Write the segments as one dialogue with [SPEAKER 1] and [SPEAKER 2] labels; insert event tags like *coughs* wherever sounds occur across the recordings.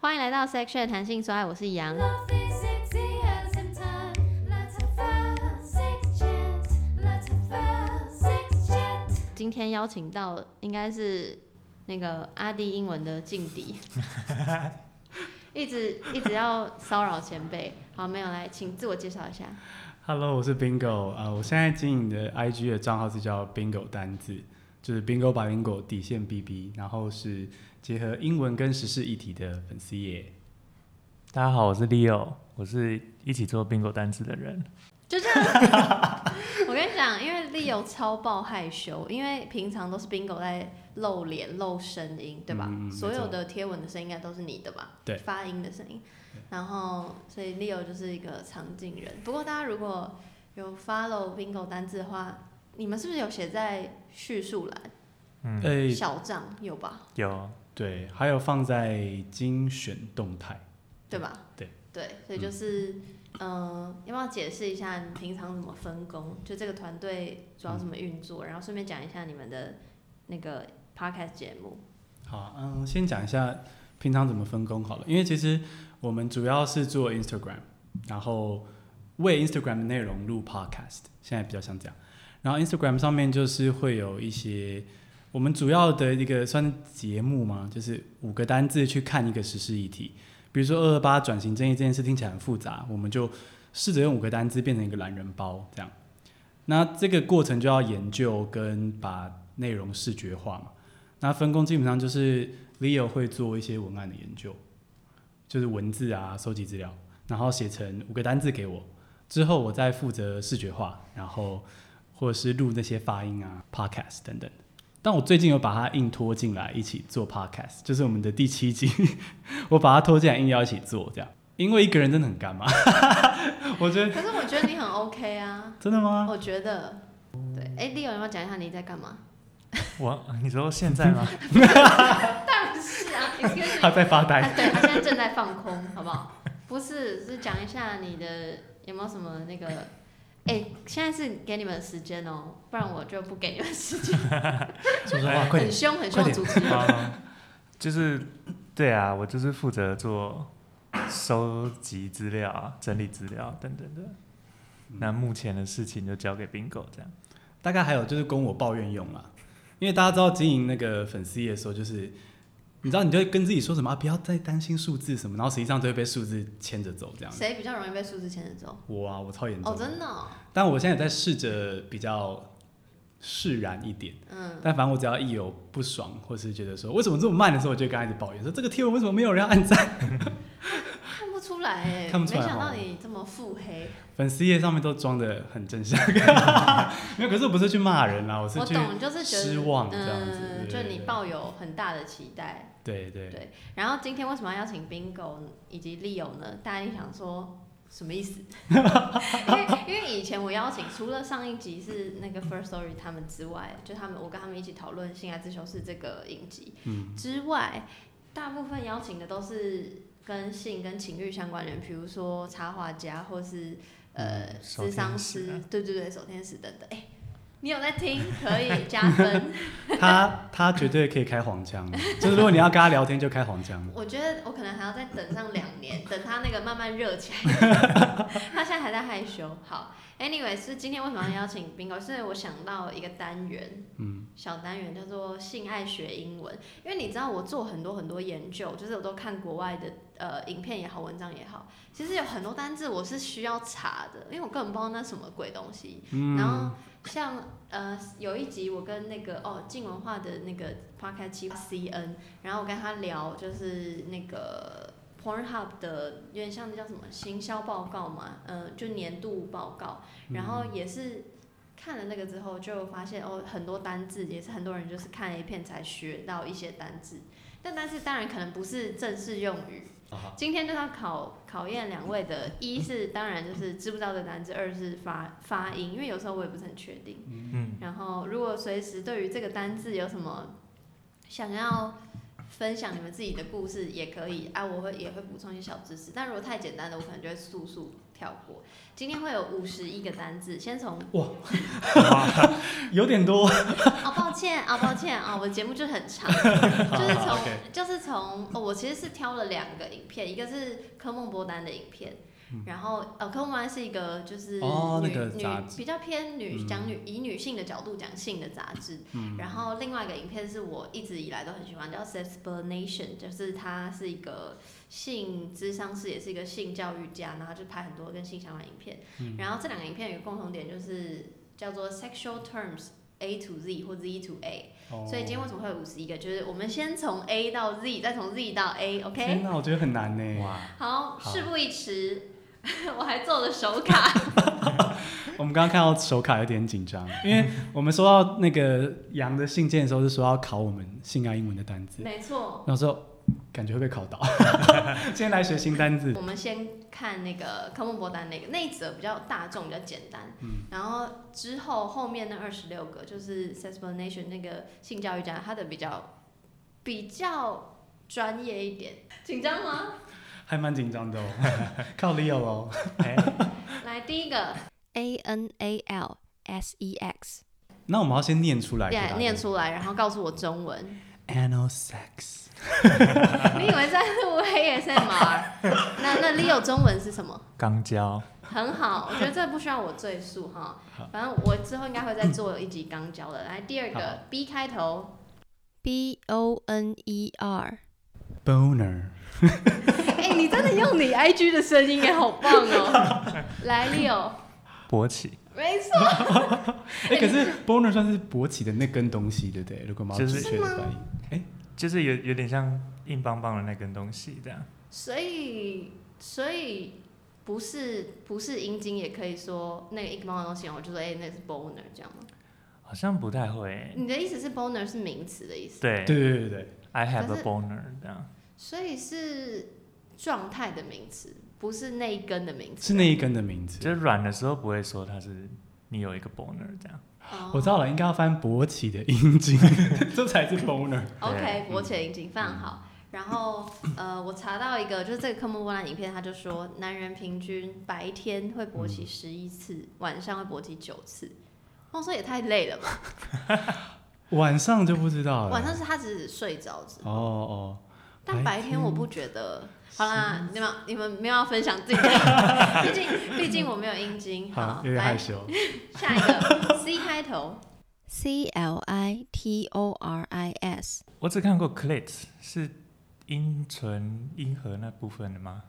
[SPEAKER 1] 欢迎来到 Section 的弹性说爱，我是杨。
[SPEAKER 2] Love is sexy as in time. Let's have fun, sex chat. Let's have fun, sex chat.
[SPEAKER 1] 今天邀请到应该是那个阿弟英文的劲敌，一直一直要骚扰前辈。好，没有来，请自我介绍一下。
[SPEAKER 3] Hello，我是 Bingo 啊、我现在经营的 IG 的账号是叫 Bingo 单字，就是 Bingo 百灵果底线 BB，然后是结合英文跟时事议题的粉丝页。
[SPEAKER 4] 大家好，我是 Leo，我是一起做 bingo 单词的人。
[SPEAKER 1] 就这样， *laughs* 我跟你讲，因为 Leo 超爆害羞，因为平常都是 Bingo 在露脸、露声音，对吧？
[SPEAKER 3] 嗯没错
[SPEAKER 1] 所有的贴文的声音应该都是你的吧？
[SPEAKER 3] 对
[SPEAKER 1] 发音的声音。然后，所以 Leo 就是一个常进人。不过大家如果有 follow Bingo 单字的话，你们是不是有写在叙述栏、
[SPEAKER 4] 嗯，
[SPEAKER 3] 哎、
[SPEAKER 1] 小账有吧？
[SPEAKER 4] 有
[SPEAKER 3] 对，还有放在精选动态。
[SPEAKER 1] 对吧？
[SPEAKER 3] 对
[SPEAKER 1] 对，所以就是，嗯、要不要解释一下你平常怎么分工？就这个团队主
[SPEAKER 3] 嗯
[SPEAKER 1] 要怎么运作？然后顺便讲一下你们的那个 podcast 节目。
[SPEAKER 3] 好，嗯，先讲一下平常怎么分工好了，因为其实我们主要是做 Instagram，然后为 Instagram 的内容录 Podcast，现在比较像这样。然后 Instagram 上面就是会有一些我们主要的一个算是节目嘛，就是五个单字去看一个时事议题，比如说二二八转型正义这件事听起来很复杂，我们就试着用五个单字变成一个懒人包这样。那这个过程就要研究跟把内容视觉化嘛。那分工基本上就是 Leo 会做一些文案的研究，就是文字啊，收集资料，然后写成五个单字给我，之后我再负责视觉化，然后或者是录那些发音啊、podcast 等等。但我最近有把它硬拖进来一起做 podcast，就是我们的第七集， *laughs* 我把它拖进来硬要一起做这样，因为一个人真的很干嘛， *laughs* 我觉得
[SPEAKER 1] 可是我觉得你很 OK 啊，
[SPEAKER 3] 真的吗？
[SPEAKER 1] 我觉得。对，哎、l e o 要不要讲一下你在干嘛？
[SPEAKER 4] 我，你说现在
[SPEAKER 1] *laughs*
[SPEAKER 4] 吗？
[SPEAKER 1] 当然 *laughs* 是啊，excuse
[SPEAKER 3] 他
[SPEAKER 1] me，
[SPEAKER 3] 在发呆。
[SPEAKER 1] 啊对他现在正在放空，好不好？不是，是讲一下你的有没有什么那个。哎、现在是给你们时间哦，不然我就不给你们时间。
[SPEAKER 3] 说说话，
[SPEAKER 1] 很
[SPEAKER 3] 快点。
[SPEAKER 1] 凶很
[SPEAKER 3] 快
[SPEAKER 1] 凶的
[SPEAKER 3] 点
[SPEAKER 1] 主持人，
[SPEAKER 4] 啊，就是对啊，我就是负责做收集资料啊、整理资料等等的。那目前的事情就交给 bingo 这样。
[SPEAKER 3] 大概还有就是供我抱怨用啦，因为大家知道经营那个粉丝页的时候，就是你知道你就会跟自己说什么、啊、不要再担心数字什么，然后实际上就会被数字牵着走这样。
[SPEAKER 1] 谁比较容易被数字牵着走？
[SPEAKER 3] 我啊，我超严重。
[SPEAKER 1] 哦，真的哦、
[SPEAKER 3] 但我现在也在试着比较释然一点。
[SPEAKER 1] 嗯，
[SPEAKER 3] 但反正我只要一有不爽，或是觉得说为什么这么慢的时候，我就跟他一直抱怨说这个贴文为什么没有人要按赞。 *laughs*
[SPEAKER 1] 看不出来哎、
[SPEAKER 3] 看不出来
[SPEAKER 1] 没想
[SPEAKER 3] 哦
[SPEAKER 1] 到你这么腹黑。
[SPEAKER 3] 粉丝页上面都装的很正
[SPEAKER 1] *laughs*
[SPEAKER 3] 向，没有。可是我不是去骂人啦，我是
[SPEAKER 1] 我
[SPEAKER 3] 去
[SPEAKER 1] 懂，就是觉得
[SPEAKER 3] 失望这样子
[SPEAKER 1] 嗯，
[SPEAKER 3] 对
[SPEAKER 1] 就
[SPEAKER 3] 对
[SPEAKER 1] 你
[SPEAKER 3] 对
[SPEAKER 1] 抱有很大的期待。
[SPEAKER 3] 对对
[SPEAKER 1] 对然后今天为什么要邀请 Bingo 以及 Leo 呢？大家一定想说什么意
[SPEAKER 4] *laughs*
[SPEAKER 1] 思？因为因为以前我邀请，除了上一集是那个 First Story 他们之外，就他们我跟他们一起讨论《性爱自修室》这个影集，
[SPEAKER 3] 嗯，
[SPEAKER 1] 之外，大部分邀请的都是跟性跟情欲相关的人，比如说插画家或是呃
[SPEAKER 4] 嗯
[SPEAKER 1] 智
[SPEAKER 4] 手
[SPEAKER 1] 商
[SPEAKER 4] 天使
[SPEAKER 1] 师
[SPEAKER 4] 啊，
[SPEAKER 1] 对对对，手天使等等。哎、你有在听？可以加分。
[SPEAKER 3] *laughs* 他他绝对可以开黄腔，就是如果你要跟他聊天就开黄腔。
[SPEAKER 1] 我觉得我可能还要再等上两年，等他那个慢慢热起来。他现在还在害羞。好，anyway，是今天为什么要邀请 Bingo？是我想到一个单元，
[SPEAKER 3] 嗯，
[SPEAKER 1] 小单元叫做性爱学英文，因为你知道我做很多很多研究，就是我都看国外的呃影片也好，文章也好，其实有很多单字我是需要查的，因为我根本不知道那什么鬼东西。然后像呃有一集我跟那个哦静文化的那个 podcast 七 CN，然后我跟他聊就是那个 Pornhub 的有点像那叫什么行销报告嘛，嗯、就年度报告，然后也是。看了那个之后，就发现哦，很多单字也是很多人就是看 A 片才学到一些单字，但单字当然可能不是正式用语，今天就是要考考验两位的，一是当然就是知不知道这单字，二是发发音，因为有时候我也不是很确定。
[SPEAKER 4] 嗯，
[SPEAKER 1] 然后如果随时对于这个单字有什么想要分享你们自己的故事也可以啊，我会也会补充一些小知识。但如果太简单的，我可能就会速速跳过。今天会有五十一个单字，先从
[SPEAKER 3] 有点多。
[SPEAKER 1] 哦，抱歉啊、抱歉啊、我的节目就很
[SPEAKER 3] *laughs*
[SPEAKER 1] 长，就是从就是从、哦、我其实是挑了两个影片，一个是科梦波丹的影片，然后呃，科梦波丹是一个就是女、
[SPEAKER 3] 嗯哦那个杂
[SPEAKER 1] 女
[SPEAKER 3] 志
[SPEAKER 1] 比较偏女
[SPEAKER 3] 嗯
[SPEAKER 1] 讲女、以女性的角度讲性的杂志，然后另外一个影片是我一直以来都很喜欢，叫 Sexplanation，就是它是一个性智商师，也是一个性教育家，然后他就拍很多跟性相关的影片。然后这两个影片有一个共同点，就是叫做 Sexual Terms A to Z 或 Z to A。所以今天为什么会有五十一个？就是我们先从 A 到 Z，再从 Z 到 A，OK？、
[SPEAKER 3] 天哪，我觉得很难呢。
[SPEAKER 4] 哇，
[SPEAKER 1] 好，
[SPEAKER 3] 嗯好
[SPEAKER 1] 事不宜迟， *laughs* 我还做了手卡。
[SPEAKER 3] 我们刚刚看到手卡有点紧张，因为我们收到那个羊的信件的时候，是说要考我们性爱英文的单字，
[SPEAKER 1] 没错，
[SPEAKER 3] 然后说感觉会被考到。 *laughs* 今天来学新单字，
[SPEAKER 1] 我们先看那个科目博丹那个那一则比较大众，比较简单。然后之后后面那二十六个就是 s e x p l a n a t i o n 那个性教育家，他的比较比较专业一点，紧张吗？
[SPEAKER 3] 还蛮紧张的哦， *laughs* 靠 Leo 哦。
[SPEAKER 1] 来第一个 A N A L S E X，
[SPEAKER 3] 那我们要先念出来给大家，
[SPEAKER 1] 念出来，然后告诉我中文。
[SPEAKER 3] anal sex
[SPEAKER 1] *laughs* 你以为在录 ASMR？那那 Leo 中文是什么？
[SPEAKER 4] 肛交，
[SPEAKER 1] 很好，我觉得这不需要我赘述哈。反正我之后应该会再做一集刚教的。来，第二
[SPEAKER 3] 好
[SPEAKER 1] 个 B 开头，
[SPEAKER 2] B O N E R
[SPEAKER 3] boner
[SPEAKER 1] 哎、你真的用你 IG 的声音也哎好棒哦。来六，
[SPEAKER 4] 勃起，
[SPEAKER 1] 没错，
[SPEAKER 3] 哎、可是 boner 算是勃起的那根东西，对不对？如果我们要
[SPEAKER 4] 就是
[SPEAKER 3] 准确的翻译，
[SPEAKER 4] 就是有有点像硬邦邦的那根东西这样。
[SPEAKER 1] 所以所以不是不是阴茎也可以说那个一个猫的东西，我就说哎、那是 boner 这样吗？
[SPEAKER 4] 好像不太会
[SPEAKER 3] 哎
[SPEAKER 4] 欸。
[SPEAKER 1] 你的意思是 boner 是名词的意思，
[SPEAKER 4] 对
[SPEAKER 3] 对对对对，
[SPEAKER 4] i have
[SPEAKER 1] 可
[SPEAKER 4] a
[SPEAKER 1] 是
[SPEAKER 4] boner 这样。
[SPEAKER 1] 所以是状态的名词，不是那一根的名词。
[SPEAKER 3] 是那一根的名字。
[SPEAKER 4] 就是软的时候不会说它是你有一个 boner 这样。
[SPEAKER 1] 哦
[SPEAKER 3] 我知道了，应该要翻勃起的阴 *laughs* 茎，这才是 boner。哎
[SPEAKER 1] OK，勃
[SPEAKER 3] 嗯
[SPEAKER 1] 起引擎非常好。然后呃，我查到一个，就是这个科目波兰影片，他就说男人平均白天会勃
[SPEAKER 3] 嗯
[SPEAKER 1] 起十一次，晚上会勃起九次。我说也太累了吧，
[SPEAKER 3] 晚上就不知道了。
[SPEAKER 1] 晚上是他只是睡着之后，
[SPEAKER 3] 哦哦，
[SPEAKER 1] 但白天我不觉得。好啦，你们你们没有要分享自己的，
[SPEAKER 3] *laughs*
[SPEAKER 1] 毕竟毕竟我没有阴茎。
[SPEAKER 3] 好
[SPEAKER 1] 好，，
[SPEAKER 3] 有点害
[SPEAKER 1] 来
[SPEAKER 3] 羞。
[SPEAKER 1] 下一个 C 开头，
[SPEAKER 2] C L I T O R I S
[SPEAKER 4] 我只看过 clit 是阴唇阴核那部分的吗？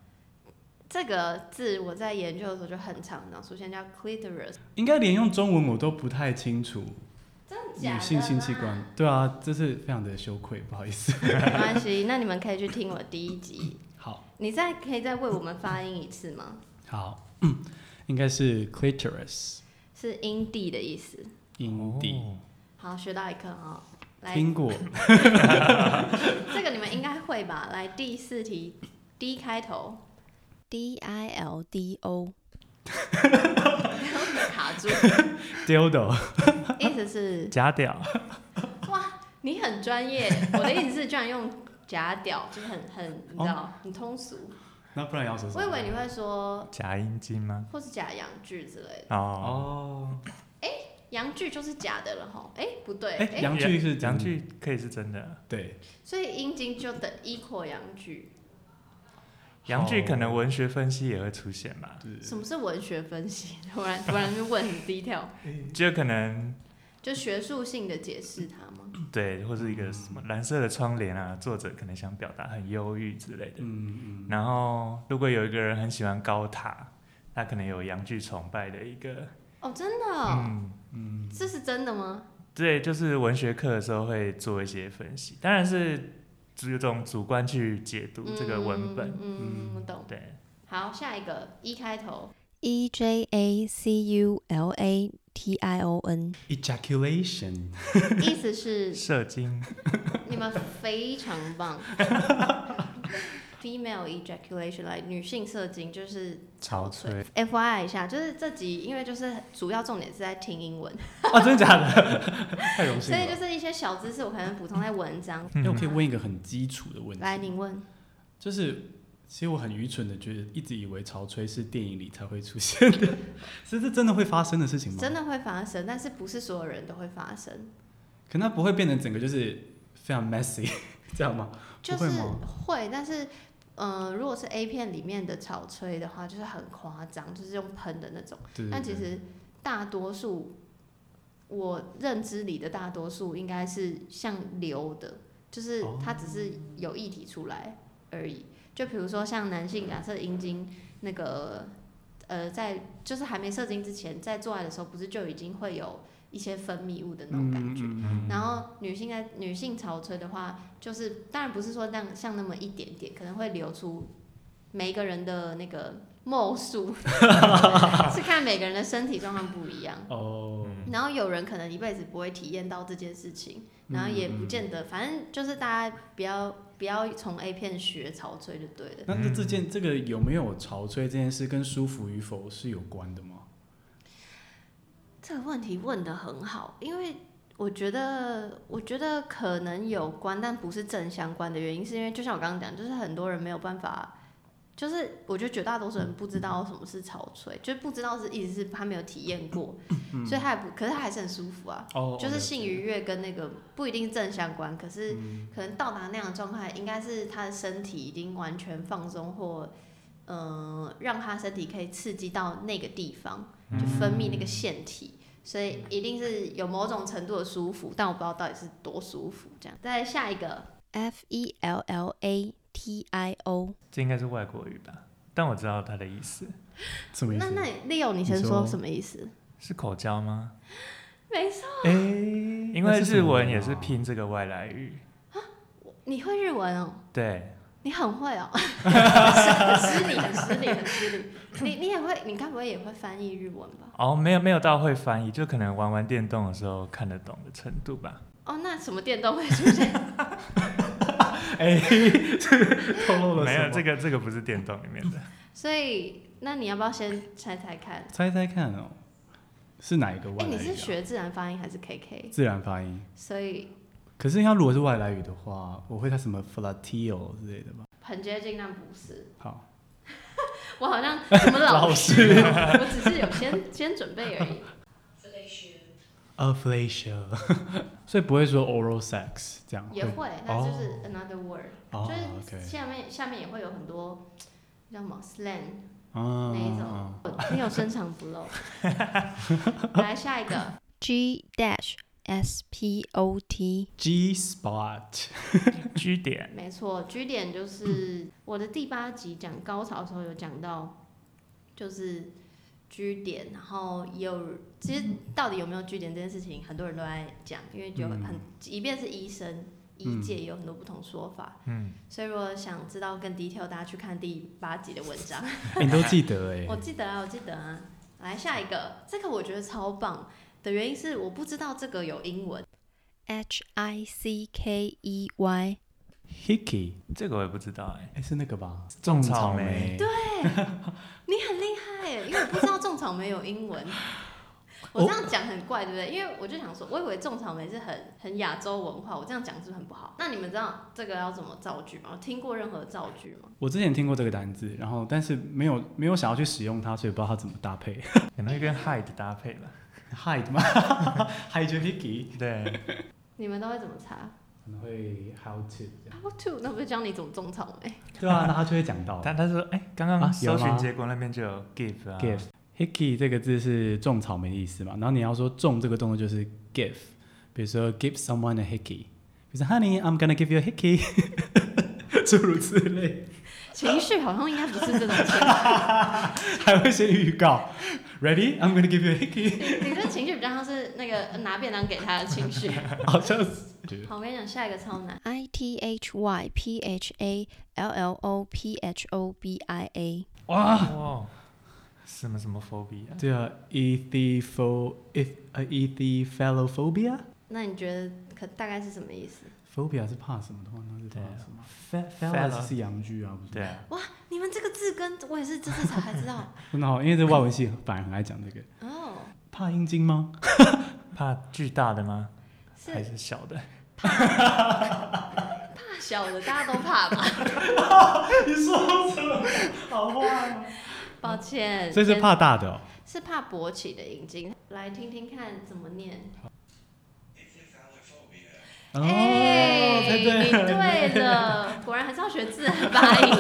[SPEAKER 1] 这个字我在研究的时候就很常常出现，叫 clitoris，
[SPEAKER 3] 应该连用中文我都不太清楚
[SPEAKER 1] 真的假的？
[SPEAKER 3] 女性性器官。。对啊，这是非常的羞愧，不好
[SPEAKER 1] *laughs*
[SPEAKER 3] 意思。
[SPEAKER 1] 没关系，那你们可以去听我第一集。
[SPEAKER 3] 好，
[SPEAKER 1] 你再可以再为我们发音一次吗？
[SPEAKER 3] 好，嗯应该是 clitoris
[SPEAKER 1] 是阴蒂的意思。
[SPEAKER 3] 阴蒂，
[SPEAKER 4] 哦
[SPEAKER 1] 好，学到一课哦。来，
[SPEAKER 3] 听过。
[SPEAKER 1] 这个你们应该会吧？来，第四题，D 开头，
[SPEAKER 2] D I L D
[SPEAKER 1] *laughs*
[SPEAKER 2] O
[SPEAKER 1] 卡住，
[SPEAKER 3] dildo
[SPEAKER 1] 意思是
[SPEAKER 4] 假屌，
[SPEAKER 1] 哇，你很专业。我的意思是，居然用假屌，就是很很，你知道，很通俗。
[SPEAKER 3] 那不然要说什
[SPEAKER 1] 我
[SPEAKER 3] 么？
[SPEAKER 1] 以为你会说，
[SPEAKER 4] 假阴茎吗？
[SPEAKER 1] 或是假洋剧之类的。
[SPEAKER 4] 哦，
[SPEAKER 3] 哦，
[SPEAKER 1] 洋剧就是假的了吼。哎，不对，
[SPEAKER 3] 哎，
[SPEAKER 1] 哎，
[SPEAKER 3] 阳具是
[SPEAKER 4] 阳
[SPEAKER 3] 阳，
[SPEAKER 4] 具可以是真的，
[SPEAKER 3] 对，
[SPEAKER 1] 所以阴茎就等 equal 洋剧。
[SPEAKER 4] 阳具可能文学分析也会出现吧，
[SPEAKER 1] 什么是文学分析？ *laughs* 突然突然就问很低调，
[SPEAKER 4] 就可能
[SPEAKER 1] 就学术性的解释它吗？
[SPEAKER 4] 对，或是一
[SPEAKER 3] 嗯
[SPEAKER 4] 个什么蓝色的窗帘啊，作者可能想表达很忧郁之类的。
[SPEAKER 3] 嗯嗯，
[SPEAKER 4] 然后如果有一个人很喜欢高塔，他可能有阳具崇拜的一个，
[SPEAKER 1] 哦，真的哦、
[SPEAKER 4] 嗯，
[SPEAKER 1] 这是真的吗？
[SPEAKER 4] 对，就是文学课的时候会做一些分析，当然是只有这种主观去解读这个文本，
[SPEAKER 1] 嗯，嗯我懂。
[SPEAKER 4] 对，
[SPEAKER 1] 好，下一个一开头，
[SPEAKER 2] E J A C U L A T I O N
[SPEAKER 3] ejaculation
[SPEAKER 1] *laughs* 意思是
[SPEAKER 4] 射精，
[SPEAKER 1] 你们非常棒。 *laughs* female ejaculation，来女性射精，就是
[SPEAKER 4] 潮吹
[SPEAKER 1] F Y I 一下，就是这集，因为就是主要重点是在听英文，
[SPEAKER 3] *laughs* 啊，真的假
[SPEAKER 1] *laughs*
[SPEAKER 3] 的？太荣幸
[SPEAKER 1] 所以就
[SPEAKER 3] 了。
[SPEAKER 1] 是一些小知识，我可能补充在文章。
[SPEAKER 3] 哎，我可以问一个很基础的问
[SPEAKER 1] 来，
[SPEAKER 3] 题，
[SPEAKER 1] 您问，
[SPEAKER 3] 就是其实我很愚蠢的觉得，一直以为潮吹是电影里才会出现的， *laughs* 是这真的会发生的事情吗？
[SPEAKER 1] 真的会发生，但是不是所有人都会发生，
[SPEAKER 3] 可那不会变成整个就是非常 messy *laughs* 这样吗？
[SPEAKER 1] 就
[SPEAKER 3] 不会
[SPEAKER 1] 是
[SPEAKER 3] 吗
[SPEAKER 1] 会，但是。嗯、如果是 A 片里面的草吹的话，就是很夸张，就是用喷的那种。
[SPEAKER 3] 对对
[SPEAKER 1] 但其
[SPEAKER 3] 对
[SPEAKER 1] 实大多数，我认知里的大多数应该是像流的，就是
[SPEAKER 3] 哦
[SPEAKER 1] 它只是有液体出来而已。就比如说像男性，假设阴茎那个呃，在就是还没射精之前，在做爱的时候，不是就已经会有一些分泌物的那种感觉。
[SPEAKER 3] 嗯嗯
[SPEAKER 1] 然后女性在女性潮吹的话，就是当然不是说像像那么一点点，可能会流出每一个人的那个貌数，是看每个人的身体状况不一样。
[SPEAKER 3] 哦，
[SPEAKER 1] 然后有人可能一辈子不会体验到这件事情，然后也不见得，反正就是大家不要不要从 A 片学潮吹就对了。
[SPEAKER 3] 那这这件这个有没有潮吹这件事跟舒服与否是有关的吗？
[SPEAKER 1] 这个问题问得很好，因为我觉得，我觉得可能有关，但不是正相关的原因，是因为就像我刚刚讲，就是很多人没有办法，就是我觉得绝大多数人不知道什么是潮吹，就是不知道是一直是他没有体验过，所以他也不，可是他还是很舒服啊。
[SPEAKER 3] 哦，
[SPEAKER 1] 就是
[SPEAKER 3] 了解
[SPEAKER 1] 性愉悦跟那个不一定正相关，可是
[SPEAKER 3] 嗯
[SPEAKER 1] 可能到达那样的状态，应该是他的身体已经完全放松或，嗯、让他身体可以刺激到那个地方，就分泌
[SPEAKER 3] 嗯
[SPEAKER 1] 那个腺体。所以一定是有某种程度的舒服，但我不知道到底是多舒服。这样，再下一个 F E L L A T I O，
[SPEAKER 4] 这应该是外国语吧？但我知道它的意思
[SPEAKER 3] 什么意
[SPEAKER 1] 那
[SPEAKER 3] 思？
[SPEAKER 1] 那 Leo 你先
[SPEAKER 3] 你
[SPEAKER 1] 说
[SPEAKER 3] 说
[SPEAKER 1] 什么意思？
[SPEAKER 4] 是口交吗？
[SPEAKER 1] 没错，
[SPEAKER 4] 哎、因为日文也是拼这个外来语，
[SPEAKER 1] 你会日文哦。
[SPEAKER 4] 对，
[SPEAKER 1] 你很会哦，很失礼，很失礼，很失礼。你你也会，你该不会也会翻译日文吧？
[SPEAKER 4] 哦，没有没有到会翻译，就可能玩玩电动的时候看得懂的程度吧。
[SPEAKER 1] 哦，那什么电动会出现？
[SPEAKER 3] *laughs* 哎， *laughs* 透露了
[SPEAKER 4] 没有，这
[SPEAKER 3] 个
[SPEAKER 4] 个这个不是电动里面 *laughs* 的，
[SPEAKER 1] 所以，那你要不要先猜猜看？
[SPEAKER 3] 猜猜看哦，是哪一个
[SPEAKER 1] 哎、
[SPEAKER 3] 外来语、
[SPEAKER 1] 你
[SPEAKER 3] 啊？
[SPEAKER 1] 是学自然发音还是 KK？
[SPEAKER 3] 自然发音？
[SPEAKER 1] 所以
[SPEAKER 3] 可是它如果是外来语的话，我会它什么 flatio 之类的吧？
[SPEAKER 1] 很接近，但不
[SPEAKER 3] *laughs*
[SPEAKER 1] 是。
[SPEAKER 3] 好，
[SPEAKER 1] 我好像什么老
[SPEAKER 3] 老
[SPEAKER 1] 师哦，我只是有先先准备而已。
[SPEAKER 3] a f l a t i o *laughs* 所以不会说 oral sex 这样
[SPEAKER 1] 也会，那就是
[SPEAKER 3] 哦
[SPEAKER 1] another word，、
[SPEAKER 3] 哦
[SPEAKER 1] 就是
[SPEAKER 3] OK
[SPEAKER 1] 下面下面也会有很多叫什么 slang。
[SPEAKER 3] 啊
[SPEAKER 1] 那一种，很有深藏不露。来下一个 G dash S P O T，
[SPEAKER 3] G spot *laughs*
[SPEAKER 4] 居点
[SPEAKER 1] 没错，G 点就是我的第八集讲高潮的时候有讲到，就是。G 点，然后也有，其实到底有没有 G 点这件事情，很多人都在讲，因为就很，即便是医生、医界也有很多不同说法，
[SPEAKER 4] 嗯，
[SPEAKER 1] 所以如果想知道更 detail，大家去看第八集的文章。
[SPEAKER 3] 哎你都记得哎、
[SPEAKER 1] 我记得啊，我记得啊。来下一个，这个我觉得超棒的原因是我不知道这个有英文。H I C K E Y，
[SPEAKER 3] hickey
[SPEAKER 4] 这个我也不知道哎、
[SPEAKER 3] 哎、是那个吧？
[SPEAKER 4] 种
[SPEAKER 3] 草
[SPEAKER 4] 草莓
[SPEAKER 3] 对，
[SPEAKER 1] 你很厉害耶，因为我不知道种草莓有英文。 *laughs* 我这样讲很怪，对不对？因为我就想说，我以为种草莓是很很亚洲文化，我这样讲是不是很不好？那你们知道这个要怎么造句吗？有听过任何造句吗？
[SPEAKER 3] 我之前听过这个单字，然后但是没有没有想要去使用它，所以不知道它怎么搭配。
[SPEAKER 4] 可能会跟 hide 搭配吧。
[SPEAKER 3] hide 吗 *laughs* ？hide your hickey，
[SPEAKER 4] 对，
[SPEAKER 1] 你们都会怎么查
[SPEAKER 3] 可能会 how to 这样。
[SPEAKER 1] ？How to？那不是教你怎么种草莓？
[SPEAKER 3] 对啊，那他就会讲到
[SPEAKER 4] 他他说哎，刚
[SPEAKER 3] 啊
[SPEAKER 4] 刚
[SPEAKER 3] 有
[SPEAKER 4] 搜
[SPEAKER 3] 吗
[SPEAKER 4] 寻结果那边就有 give 啊
[SPEAKER 3] give hickey 这个字是种草莓的意思嘛，然后你要说种这个动作就是 give，比如说 give someone a hickey，比如说 honey I'm gonna give you a hickey，诸如此类，
[SPEAKER 1] 情绪好像应该不是这种情绪。
[SPEAKER 3] 还会先预告 ready I'm gonna give you a hickey，
[SPEAKER 1] *laughs*
[SPEAKER 3] *laughs*
[SPEAKER 1] 你这情绪比较像是那个呃拿便当给他的情绪。 *laughs*
[SPEAKER 3] 好像是。
[SPEAKER 1] 好，我跟你讲，下一个超难。
[SPEAKER 5] I T H Y P H A L L O P H O B I A。
[SPEAKER 3] 哇，
[SPEAKER 4] 哇，什么什么 phobia，
[SPEAKER 3] 对啊呃 e t h p h o e t h e t h e l o p h o b i a
[SPEAKER 1] 那你觉得可大概是什么意思？
[SPEAKER 3] phobia 是怕什么的话，那是怕
[SPEAKER 4] 对啊
[SPEAKER 3] 什么 Fe-
[SPEAKER 4] ？Phallus
[SPEAKER 3] ？phallus 是阳具啊，不是？
[SPEAKER 4] 对，啊，
[SPEAKER 1] 哇，你们这个字根我也是这次才知道
[SPEAKER 3] 真的好，因为这外文系反而很爱讲这个。
[SPEAKER 1] *laughs* 哦，
[SPEAKER 3] 怕阴茎吗？
[SPEAKER 4] 怕巨大的吗？还
[SPEAKER 1] 是啊
[SPEAKER 4] 是小的？
[SPEAKER 1] 怕小的，大家都怕吧？ *laughs*
[SPEAKER 3] 你说什么？好坏
[SPEAKER 1] 啊
[SPEAKER 3] 哦。
[SPEAKER 1] 抱歉，
[SPEAKER 3] 所以是
[SPEAKER 1] 先
[SPEAKER 3] 怕大的哦。
[SPEAKER 1] 是怕勃起的阴茎，来听听看怎么念。
[SPEAKER 3] 哦，
[SPEAKER 1] 哎、
[SPEAKER 3] 猜
[SPEAKER 1] 你 *laughs*
[SPEAKER 3] 对了。
[SPEAKER 1] 对
[SPEAKER 3] *laughs*
[SPEAKER 1] 了，果然还是要学自然发音。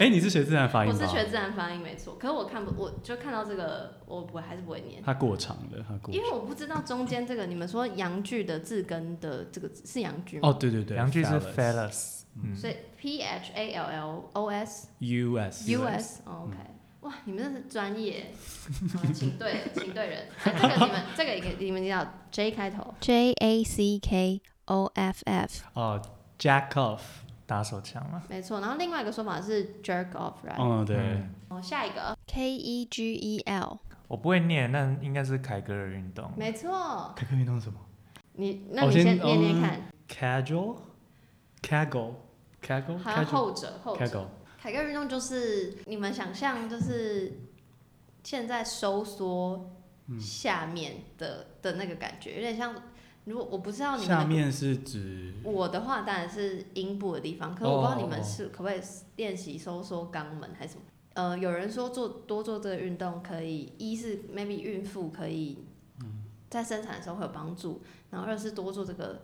[SPEAKER 3] 哎，你是学自然发音
[SPEAKER 1] 我
[SPEAKER 3] 吧？
[SPEAKER 1] 是学自然发音没错，可是我看不，我就看到这个，我我还是不会念，
[SPEAKER 3] 它过长了，它过
[SPEAKER 1] 因。为我不知道中间这个你们说阳具的字根的这个字是阳具吗？
[SPEAKER 3] 哦，对对对，
[SPEAKER 4] 两句是
[SPEAKER 3] phallus
[SPEAKER 4] phallus，嗯，
[SPEAKER 1] 所以 P H A L L O S
[SPEAKER 3] US
[SPEAKER 1] U S
[SPEAKER 3] 嗯
[SPEAKER 1] O K，哇，你们真是专业， *laughs* 好请对请对人，哎这个你们这个也可以你们叫 J 开头，
[SPEAKER 5] J A C K O F F
[SPEAKER 3] 哦，jack off。
[SPEAKER 4] 打手枪嘛。
[SPEAKER 1] 没错，然后另外一个说法是 jerk off，right？
[SPEAKER 3] 嗯，对。
[SPEAKER 4] 嗯，
[SPEAKER 1] 哦，下一个，
[SPEAKER 5] K E G E L
[SPEAKER 4] 我不会念，那应该是凯格尔运动。
[SPEAKER 1] 没错，
[SPEAKER 3] 凯克运动是什么
[SPEAKER 1] 你那
[SPEAKER 3] 哦
[SPEAKER 1] 你
[SPEAKER 3] 先
[SPEAKER 1] 先念念
[SPEAKER 3] 嗯
[SPEAKER 1] 看，
[SPEAKER 3] ？Casual，casual，casual，
[SPEAKER 1] 好像后者后者。
[SPEAKER 3] casual。
[SPEAKER 1] 凯歌运动就是你们想象，就是现在收缩下面的、的那个感觉，有点像。如果我不知道你们
[SPEAKER 3] 下
[SPEAKER 1] 那个
[SPEAKER 3] 面是指
[SPEAKER 1] 我的话当然是阴部的地方，可是我不知道你
[SPEAKER 3] 哦哦
[SPEAKER 1] 们
[SPEAKER 3] 哦
[SPEAKER 1] 是可不可以练习收缩肛门还是什么。呃，有人说做多做这个运动可以，一是 maybe 孕妇可以在生产的时候会有帮助，然后二是多做这个，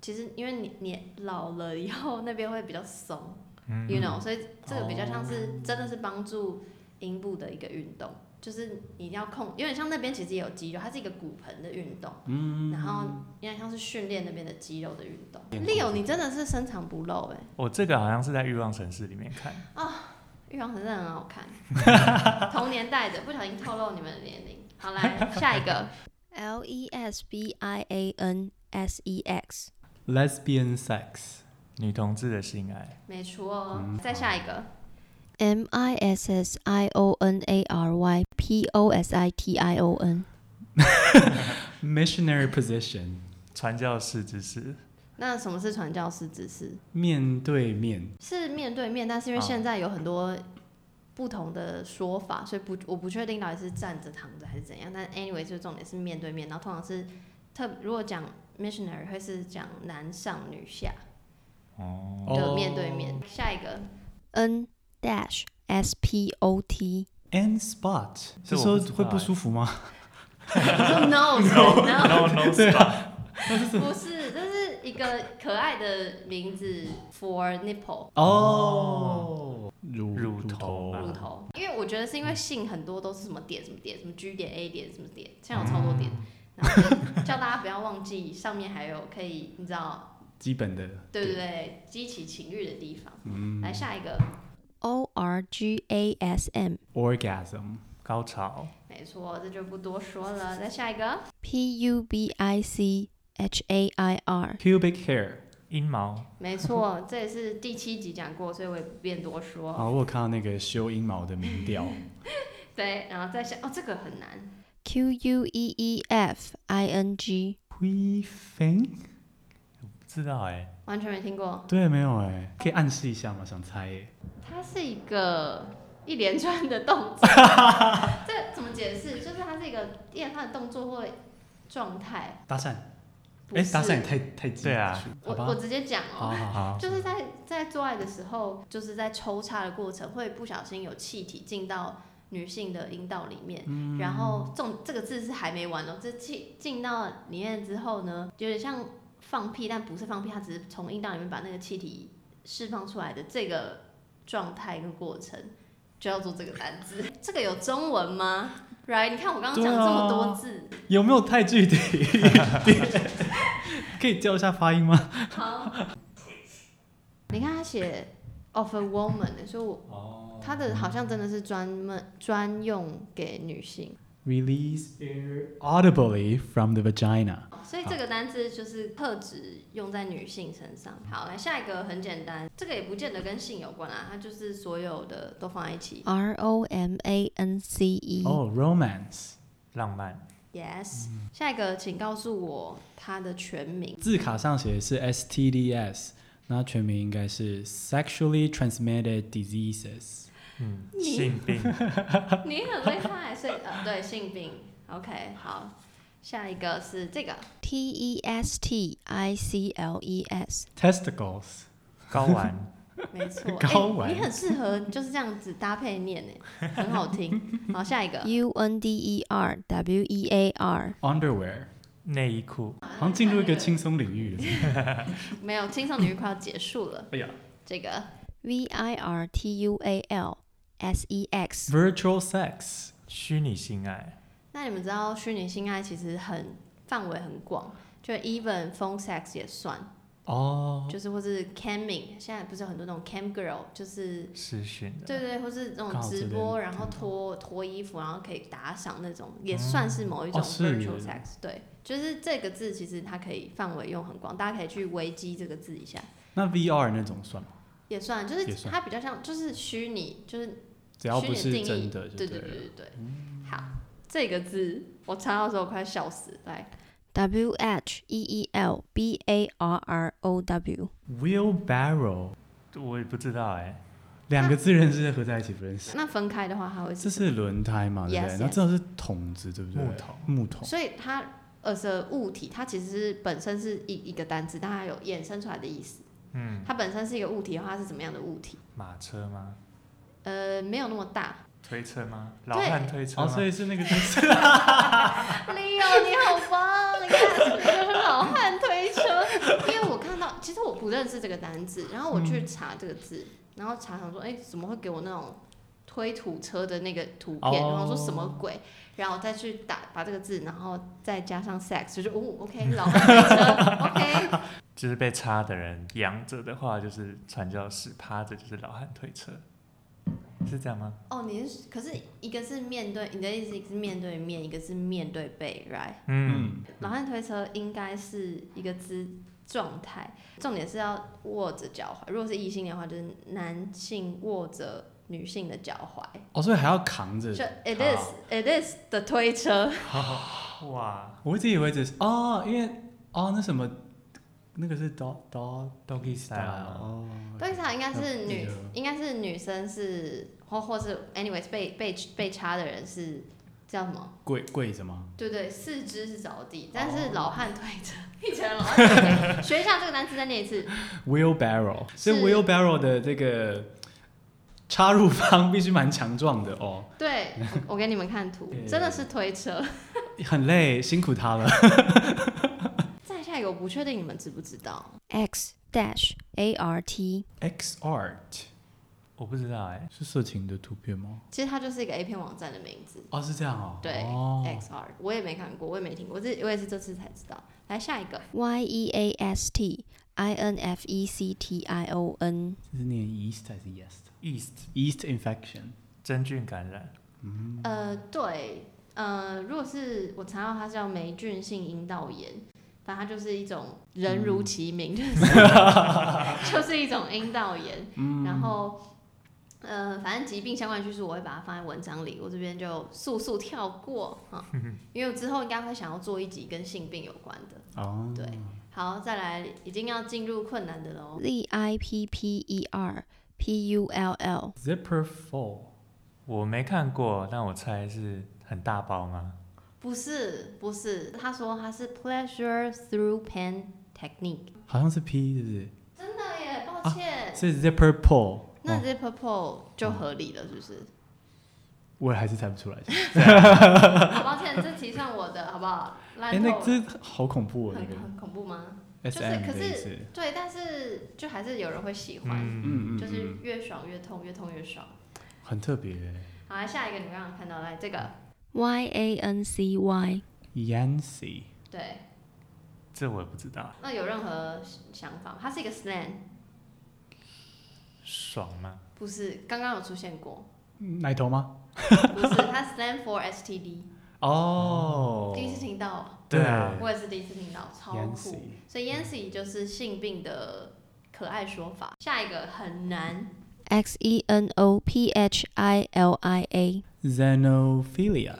[SPEAKER 1] 其实因为你你老了以后那边会比较松
[SPEAKER 4] 嗯
[SPEAKER 1] ，you know，所以这个比较像
[SPEAKER 3] 哦
[SPEAKER 1] 是真的是帮助阴部的一个运动，就是你一定要控，有点像那边其实也有肌肉，它是一个骨盆的运动，嗯，然后有点像是训练那边的肌肉的运动。Leo，你真的是深藏不露哎、
[SPEAKER 4] 我这个好像是在欲望城市里面看，
[SPEAKER 1] 玉皇神真的很好看， *laughs* 同年代的，不小心透露你们的年龄。好，来下一个，
[SPEAKER 5] L E S B I A N S E X
[SPEAKER 3] lesbian sex， *laughs*
[SPEAKER 4] 女同志的性爱。
[SPEAKER 1] 没错哦，再下一个，
[SPEAKER 5] M I S S I O N A R Y P O S I T I O N
[SPEAKER 3] missionary position， *laughs*
[SPEAKER 4] 传教士之士，
[SPEAKER 1] 那什么是传教士姿势？
[SPEAKER 3] 面对面，
[SPEAKER 1] 是面对面，但是因为
[SPEAKER 4] 啊
[SPEAKER 1] 现在有很多不同的说法，所以不我不确定到底是站着、躺着还是怎样。但 anyway，就是重点是面对面，然后通常是特如果讲 missionary 会是讲男上女下的
[SPEAKER 3] 哦
[SPEAKER 1] 面对面。下一个
[SPEAKER 5] N dash S P O T
[SPEAKER 3] and spot，
[SPEAKER 4] 这
[SPEAKER 3] 是说
[SPEAKER 4] 我不知道
[SPEAKER 3] 会
[SPEAKER 4] 欸
[SPEAKER 3] 不舒服吗？
[SPEAKER 1] 你说 no 是不是 no，
[SPEAKER 4] no
[SPEAKER 3] *laughs*
[SPEAKER 4] no spot，
[SPEAKER 1] 不是，这是一个可爱的名字 for nipple
[SPEAKER 3] 哦，乳
[SPEAKER 4] 乳头
[SPEAKER 3] 头
[SPEAKER 4] 吧
[SPEAKER 1] 乳头，因为我觉得是因为性很多都是什么点什么点什么 G 点 A 点什么点，现在有超多点，然后就叫大家不要忘记上面还有可以你知道
[SPEAKER 3] 基本的，
[SPEAKER 1] 对不对？激起情欲的地方。来下一个，
[SPEAKER 5] O R G A S M
[SPEAKER 3] ，orgasm，
[SPEAKER 4] 高潮，
[SPEAKER 1] 没错，这就不多说了。再下一个，
[SPEAKER 5] P U B I C H A I R
[SPEAKER 3] pubic hair，
[SPEAKER 4] 阴毛，
[SPEAKER 1] 没错，这也是第七集讲过，所以我也不便多说。
[SPEAKER 3] 啊，我有看到那个修阴毛的民调，
[SPEAKER 1] 对，然后再下哦，这个很难，
[SPEAKER 5] Q U E E F I N G
[SPEAKER 3] e thing，
[SPEAKER 4] 不知道哎，
[SPEAKER 1] 完全没听过。
[SPEAKER 3] 对，没有哎，可以暗示一下吗？想猜哎，
[SPEAKER 1] 它是一个一连串的动
[SPEAKER 3] *laughs*
[SPEAKER 1] 作，这怎么解释？就是它是一个一连串的动作或状态。
[SPEAKER 3] 搭讪，
[SPEAKER 1] 不
[SPEAKER 3] 哎，
[SPEAKER 1] 是
[SPEAKER 3] 搭讪也太太激
[SPEAKER 4] 对啊
[SPEAKER 3] 了
[SPEAKER 1] 我
[SPEAKER 3] 好
[SPEAKER 1] 我
[SPEAKER 3] 吧，
[SPEAKER 1] 直接讲
[SPEAKER 3] 好
[SPEAKER 1] 哦，
[SPEAKER 3] 好好，
[SPEAKER 1] 就是在在做爱的时候，就是在抽插的过程会不小心有气体进到女性的阴道里面，然后重这个字是还没完哦，这气进到里面之后呢，有点像放屁，但不是放屁，它只是从阴道里面把那个气体释放出来的这个状态跟过程，就要做这个单字。这个有中文吗？Right，你看我刚刚讲这么多字，
[SPEAKER 3] 有没有太具体 *laughs* 一点？可以教一下发音吗？
[SPEAKER 1] 好，你看他写 of a woman，所以欸我
[SPEAKER 3] 哦
[SPEAKER 1] 他的好像真的是专门专用给女性，
[SPEAKER 3] Release air audibly from the vagina.
[SPEAKER 1] 哦所以这个单字就是特指用在女性身上。好，来下一个很简单，这个也不见得跟性有关啊，它就是所有的都放在一起。
[SPEAKER 5] R O M A N C E
[SPEAKER 3] Oh, 哦 romance.
[SPEAKER 4] 浪漫，
[SPEAKER 1] Yes，、下一 *laughs* 个请告诉我他的全名。 *laughs*
[SPEAKER 3] 字卡上写的是 STDs，那全名应该是 Sexually Transmitted Diseases。
[SPEAKER 4] 嗯，
[SPEAKER 1] 你
[SPEAKER 4] 性病，
[SPEAKER 1] 你很厉害，所以呃，对，性病。OK，好，下一个是这个
[SPEAKER 5] T E S T I C L E S
[SPEAKER 3] Testicles，
[SPEAKER 4] 睾丸，
[SPEAKER 1] 没错，
[SPEAKER 3] *laughs* 睾
[SPEAKER 1] 诶
[SPEAKER 3] 丸
[SPEAKER 1] 你很适合就是这样子搭配念诶，很好
[SPEAKER 3] *laughs*
[SPEAKER 1] 听。好，下一个
[SPEAKER 5] U N D E R W E A R
[SPEAKER 3] underwear，
[SPEAKER 4] 内衣裤，
[SPEAKER 3] 好像进入一个轻松领域了。
[SPEAKER 1] 没有，青少年愉快要结束了。
[SPEAKER 3] 哎呀
[SPEAKER 1] 这个
[SPEAKER 5] V I R T U A L S E X
[SPEAKER 3] ，virtual sex，
[SPEAKER 4] 虚拟性爱，
[SPEAKER 1] 那你们知道虚拟性爱其实很范围很广，就 even phone sex 也算，
[SPEAKER 3] 哦，
[SPEAKER 1] 就是或是 camming，现在不是有很多那种cam girl，就是
[SPEAKER 4] 视讯的，
[SPEAKER 1] 对对，或是那
[SPEAKER 3] 刚
[SPEAKER 1] 种
[SPEAKER 3] 好
[SPEAKER 1] 直
[SPEAKER 3] 这边
[SPEAKER 1] 播，然后
[SPEAKER 3] 看到
[SPEAKER 1] 脱脱衣服，然后可以打赏那种，也算是某一种
[SPEAKER 3] 嗯哦是
[SPEAKER 1] virtual sex、对，就是这个字其实它可以范围用很广，大家可以去维基这个字一下，
[SPEAKER 3] 那 VR 那种算吗？
[SPEAKER 1] 也算，就
[SPEAKER 3] 也
[SPEAKER 1] 是
[SPEAKER 3] 算
[SPEAKER 1] 它比较像就是虚拟，就是
[SPEAKER 3] 只要不
[SPEAKER 1] 虚
[SPEAKER 3] 是
[SPEAKER 1] 拟定义
[SPEAKER 3] 真的就
[SPEAKER 1] 对
[SPEAKER 3] 对
[SPEAKER 1] 对嗯
[SPEAKER 3] 了。
[SPEAKER 1] 对对。好，这个字我查到的时候快笑死，来
[SPEAKER 5] W H E E L B A R R O W
[SPEAKER 3] Wheelbarrow，
[SPEAKER 4] 我也不知道哎，
[SPEAKER 3] 两个字认识合在一起不认识。
[SPEAKER 1] 那分开的话，它会
[SPEAKER 3] 这
[SPEAKER 1] 是什么，
[SPEAKER 3] 是轮胎嘛，对不
[SPEAKER 1] Yes,
[SPEAKER 3] 对？
[SPEAKER 1] yes.
[SPEAKER 3] 那这是桶子，对不对？
[SPEAKER 4] 木桶，
[SPEAKER 3] 木桶。
[SPEAKER 1] 所以它呃是物体，它其实是本身是一一个单字，但它有衍生出来的意思。
[SPEAKER 4] 嗯，
[SPEAKER 1] 它本身是一个物体的话，它是怎么样的物体？
[SPEAKER 4] 马车吗？
[SPEAKER 1] 呃，没有那么大。
[SPEAKER 4] 推车吗？老汉推车啊
[SPEAKER 3] 哦，
[SPEAKER 4] 吗
[SPEAKER 3] 所？以
[SPEAKER 1] *laughs*
[SPEAKER 3] 是那个
[SPEAKER 1] Leo，你好棒！你看，就是老汉推车。因为我看到，其实我不认识这个单字，然后我去查这个字，然后查想说，哎、怎么会给我那种推土车的那个图片？
[SPEAKER 3] 哦
[SPEAKER 1] 然后说什么鬼？然后再去打把这个字，然后再加上 sex，就是哦，OK，老汉推车，OK，
[SPEAKER 4] 就是被插的人仰着的话，就是传教士；趴着就是老汉推车，是这样吗？
[SPEAKER 1] 哦，你是可是一个是面对你的意思是面对面，一个是面对背，right？
[SPEAKER 4] 嗯，
[SPEAKER 3] 嗯，
[SPEAKER 1] 老汉推车应该是一个姿状态，重点是要握着脚踝。如果是异性恋的话，就是男性握着女性的脚踝。
[SPEAKER 3] 哦，所以还要扛着
[SPEAKER 1] 就。it is it is 的推车，
[SPEAKER 3] 嗯
[SPEAKER 4] 哇，
[SPEAKER 3] 我一直以为只是哦，因为哦那什么，那个是 dog dog doggy style 哦，
[SPEAKER 1] 推车应该是女
[SPEAKER 3] 嗯，
[SPEAKER 1] 应该是女生是或或是 anyways 被被被插的人是叫什么？
[SPEAKER 3] 跪跪着吗？
[SPEAKER 1] 对对，四肢是着地，但是老汉推车，以前老汉推车，学一下这个单词，再念一次。
[SPEAKER 3] wheelbarrow，所以
[SPEAKER 1] 是
[SPEAKER 3] wheelbarrow 的这个插入方 *laughs* 必须蛮强壮的哦，
[SPEAKER 1] 对，我我给你们看图，真的是推车。
[SPEAKER 3] 很累，辛苦他了。
[SPEAKER 1] 再下一个，我不确定你们知不知道，
[SPEAKER 5] X dash A R T
[SPEAKER 3] *laughs* X art
[SPEAKER 4] 我不知道哎、
[SPEAKER 3] 是色情的图片吗？
[SPEAKER 1] 其实它就是一个 A 片网站的名字。
[SPEAKER 3] 哦，是这样哦。
[SPEAKER 1] 对、
[SPEAKER 3] 哦
[SPEAKER 1] x r 我也没看过，我也没听过，我这我也是这次才知道。来下一个
[SPEAKER 5] Y E A S T I N F E C T I O N
[SPEAKER 3] 这是念 yeast 还是 yeast？yeast
[SPEAKER 4] East
[SPEAKER 3] infection。
[SPEAKER 4] 真菌感染，
[SPEAKER 1] 呃，对，呃，如果是我查到它叫霉菌性阴道炎，反正它就是一种人
[SPEAKER 3] 嗯
[SPEAKER 1] 如其名，就是 *laughs* 就是一种阴道炎。
[SPEAKER 3] 嗯
[SPEAKER 1] 然后，呃，反正疾病相关叙述我会把它放在文章里，我这边就速速跳过
[SPEAKER 3] *laughs*
[SPEAKER 1] 啊，因为我之后应该会想要做一集跟性病有关的。
[SPEAKER 3] 哦，
[SPEAKER 1] 对，好，再来，已经要进入困难的喽。
[SPEAKER 5] Z I P P E R P U L L
[SPEAKER 3] Zipper fall，
[SPEAKER 4] 我没看过，但我猜是很大包吗？
[SPEAKER 1] 不是，不是，他说他是 pleasure through pain technique。啊
[SPEAKER 3] 好像是 P 是不是？
[SPEAKER 1] 真的耶，抱歉。
[SPEAKER 3] 是 zipper pull。
[SPEAKER 1] 那
[SPEAKER 3] 哦
[SPEAKER 1] z i p p p o 就合理了，是不 *laughs* 是？
[SPEAKER 3] 我还是猜不出来。
[SPEAKER 1] 好，抱歉，这题算我的，好不好？烂
[SPEAKER 3] 哎、
[SPEAKER 1] 透
[SPEAKER 3] 那
[SPEAKER 1] 了
[SPEAKER 3] 这好恐怖哦，那
[SPEAKER 1] 很
[SPEAKER 3] 个
[SPEAKER 1] 很恐怖吗？就是
[SPEAKER 3] SM
[SPEAKER 1] 可
[SPEAKER 3] 的意
[SPEAKER 1] 是
[SPEAKER 3] 思。
[SPEAKER 1] 对，但是就还是有人会喜欢，
[SPEAKER 4] 嗯，
[SPEAKER 3] 嗯嗯，
[SPEAKER 1] 就是
[SPEAKER 3] 嗯
[SPEAKER 1] 越爽越痛，越痛越爽。
[SPEAKER 3] 很特别。
[SPEAKER 1] 好，来下一个，你们刚刚看到，来这个，
[SPEAKER 5] Y A N C Y
[SPEAKER 3] Yancy
[SPEAKER 1] 对，
[SPEAKER 4] 这我也不知道，
[SPEAKER 1] 那有任何想法吗？它是一个 slang，
[SPEAKER 4] 爽吗？
[SPEAKER 1] 不是刚刚有出现过，
[SPEAKER 3] 奶头吗？
[SPEAKER 1] 不是，它 stand for STD，
[SPEAKER 3] 哦
[SPEAKER 1] 第一次听到。
[SPEAKER 4] 对啊，
[SPEAKER 1] 我也是第一次听到，超酷
[SPEAKER 3] Yancy。
[SPEAKER 1] 所
[SPEAKER 4] 嗯
[SPEAKER 1] 以 Yancy 就是性病的可爱说法。下一个很难，
[SPEAKER 5] X E N O P H I L I A
[SPEAKER 3] Xenophilia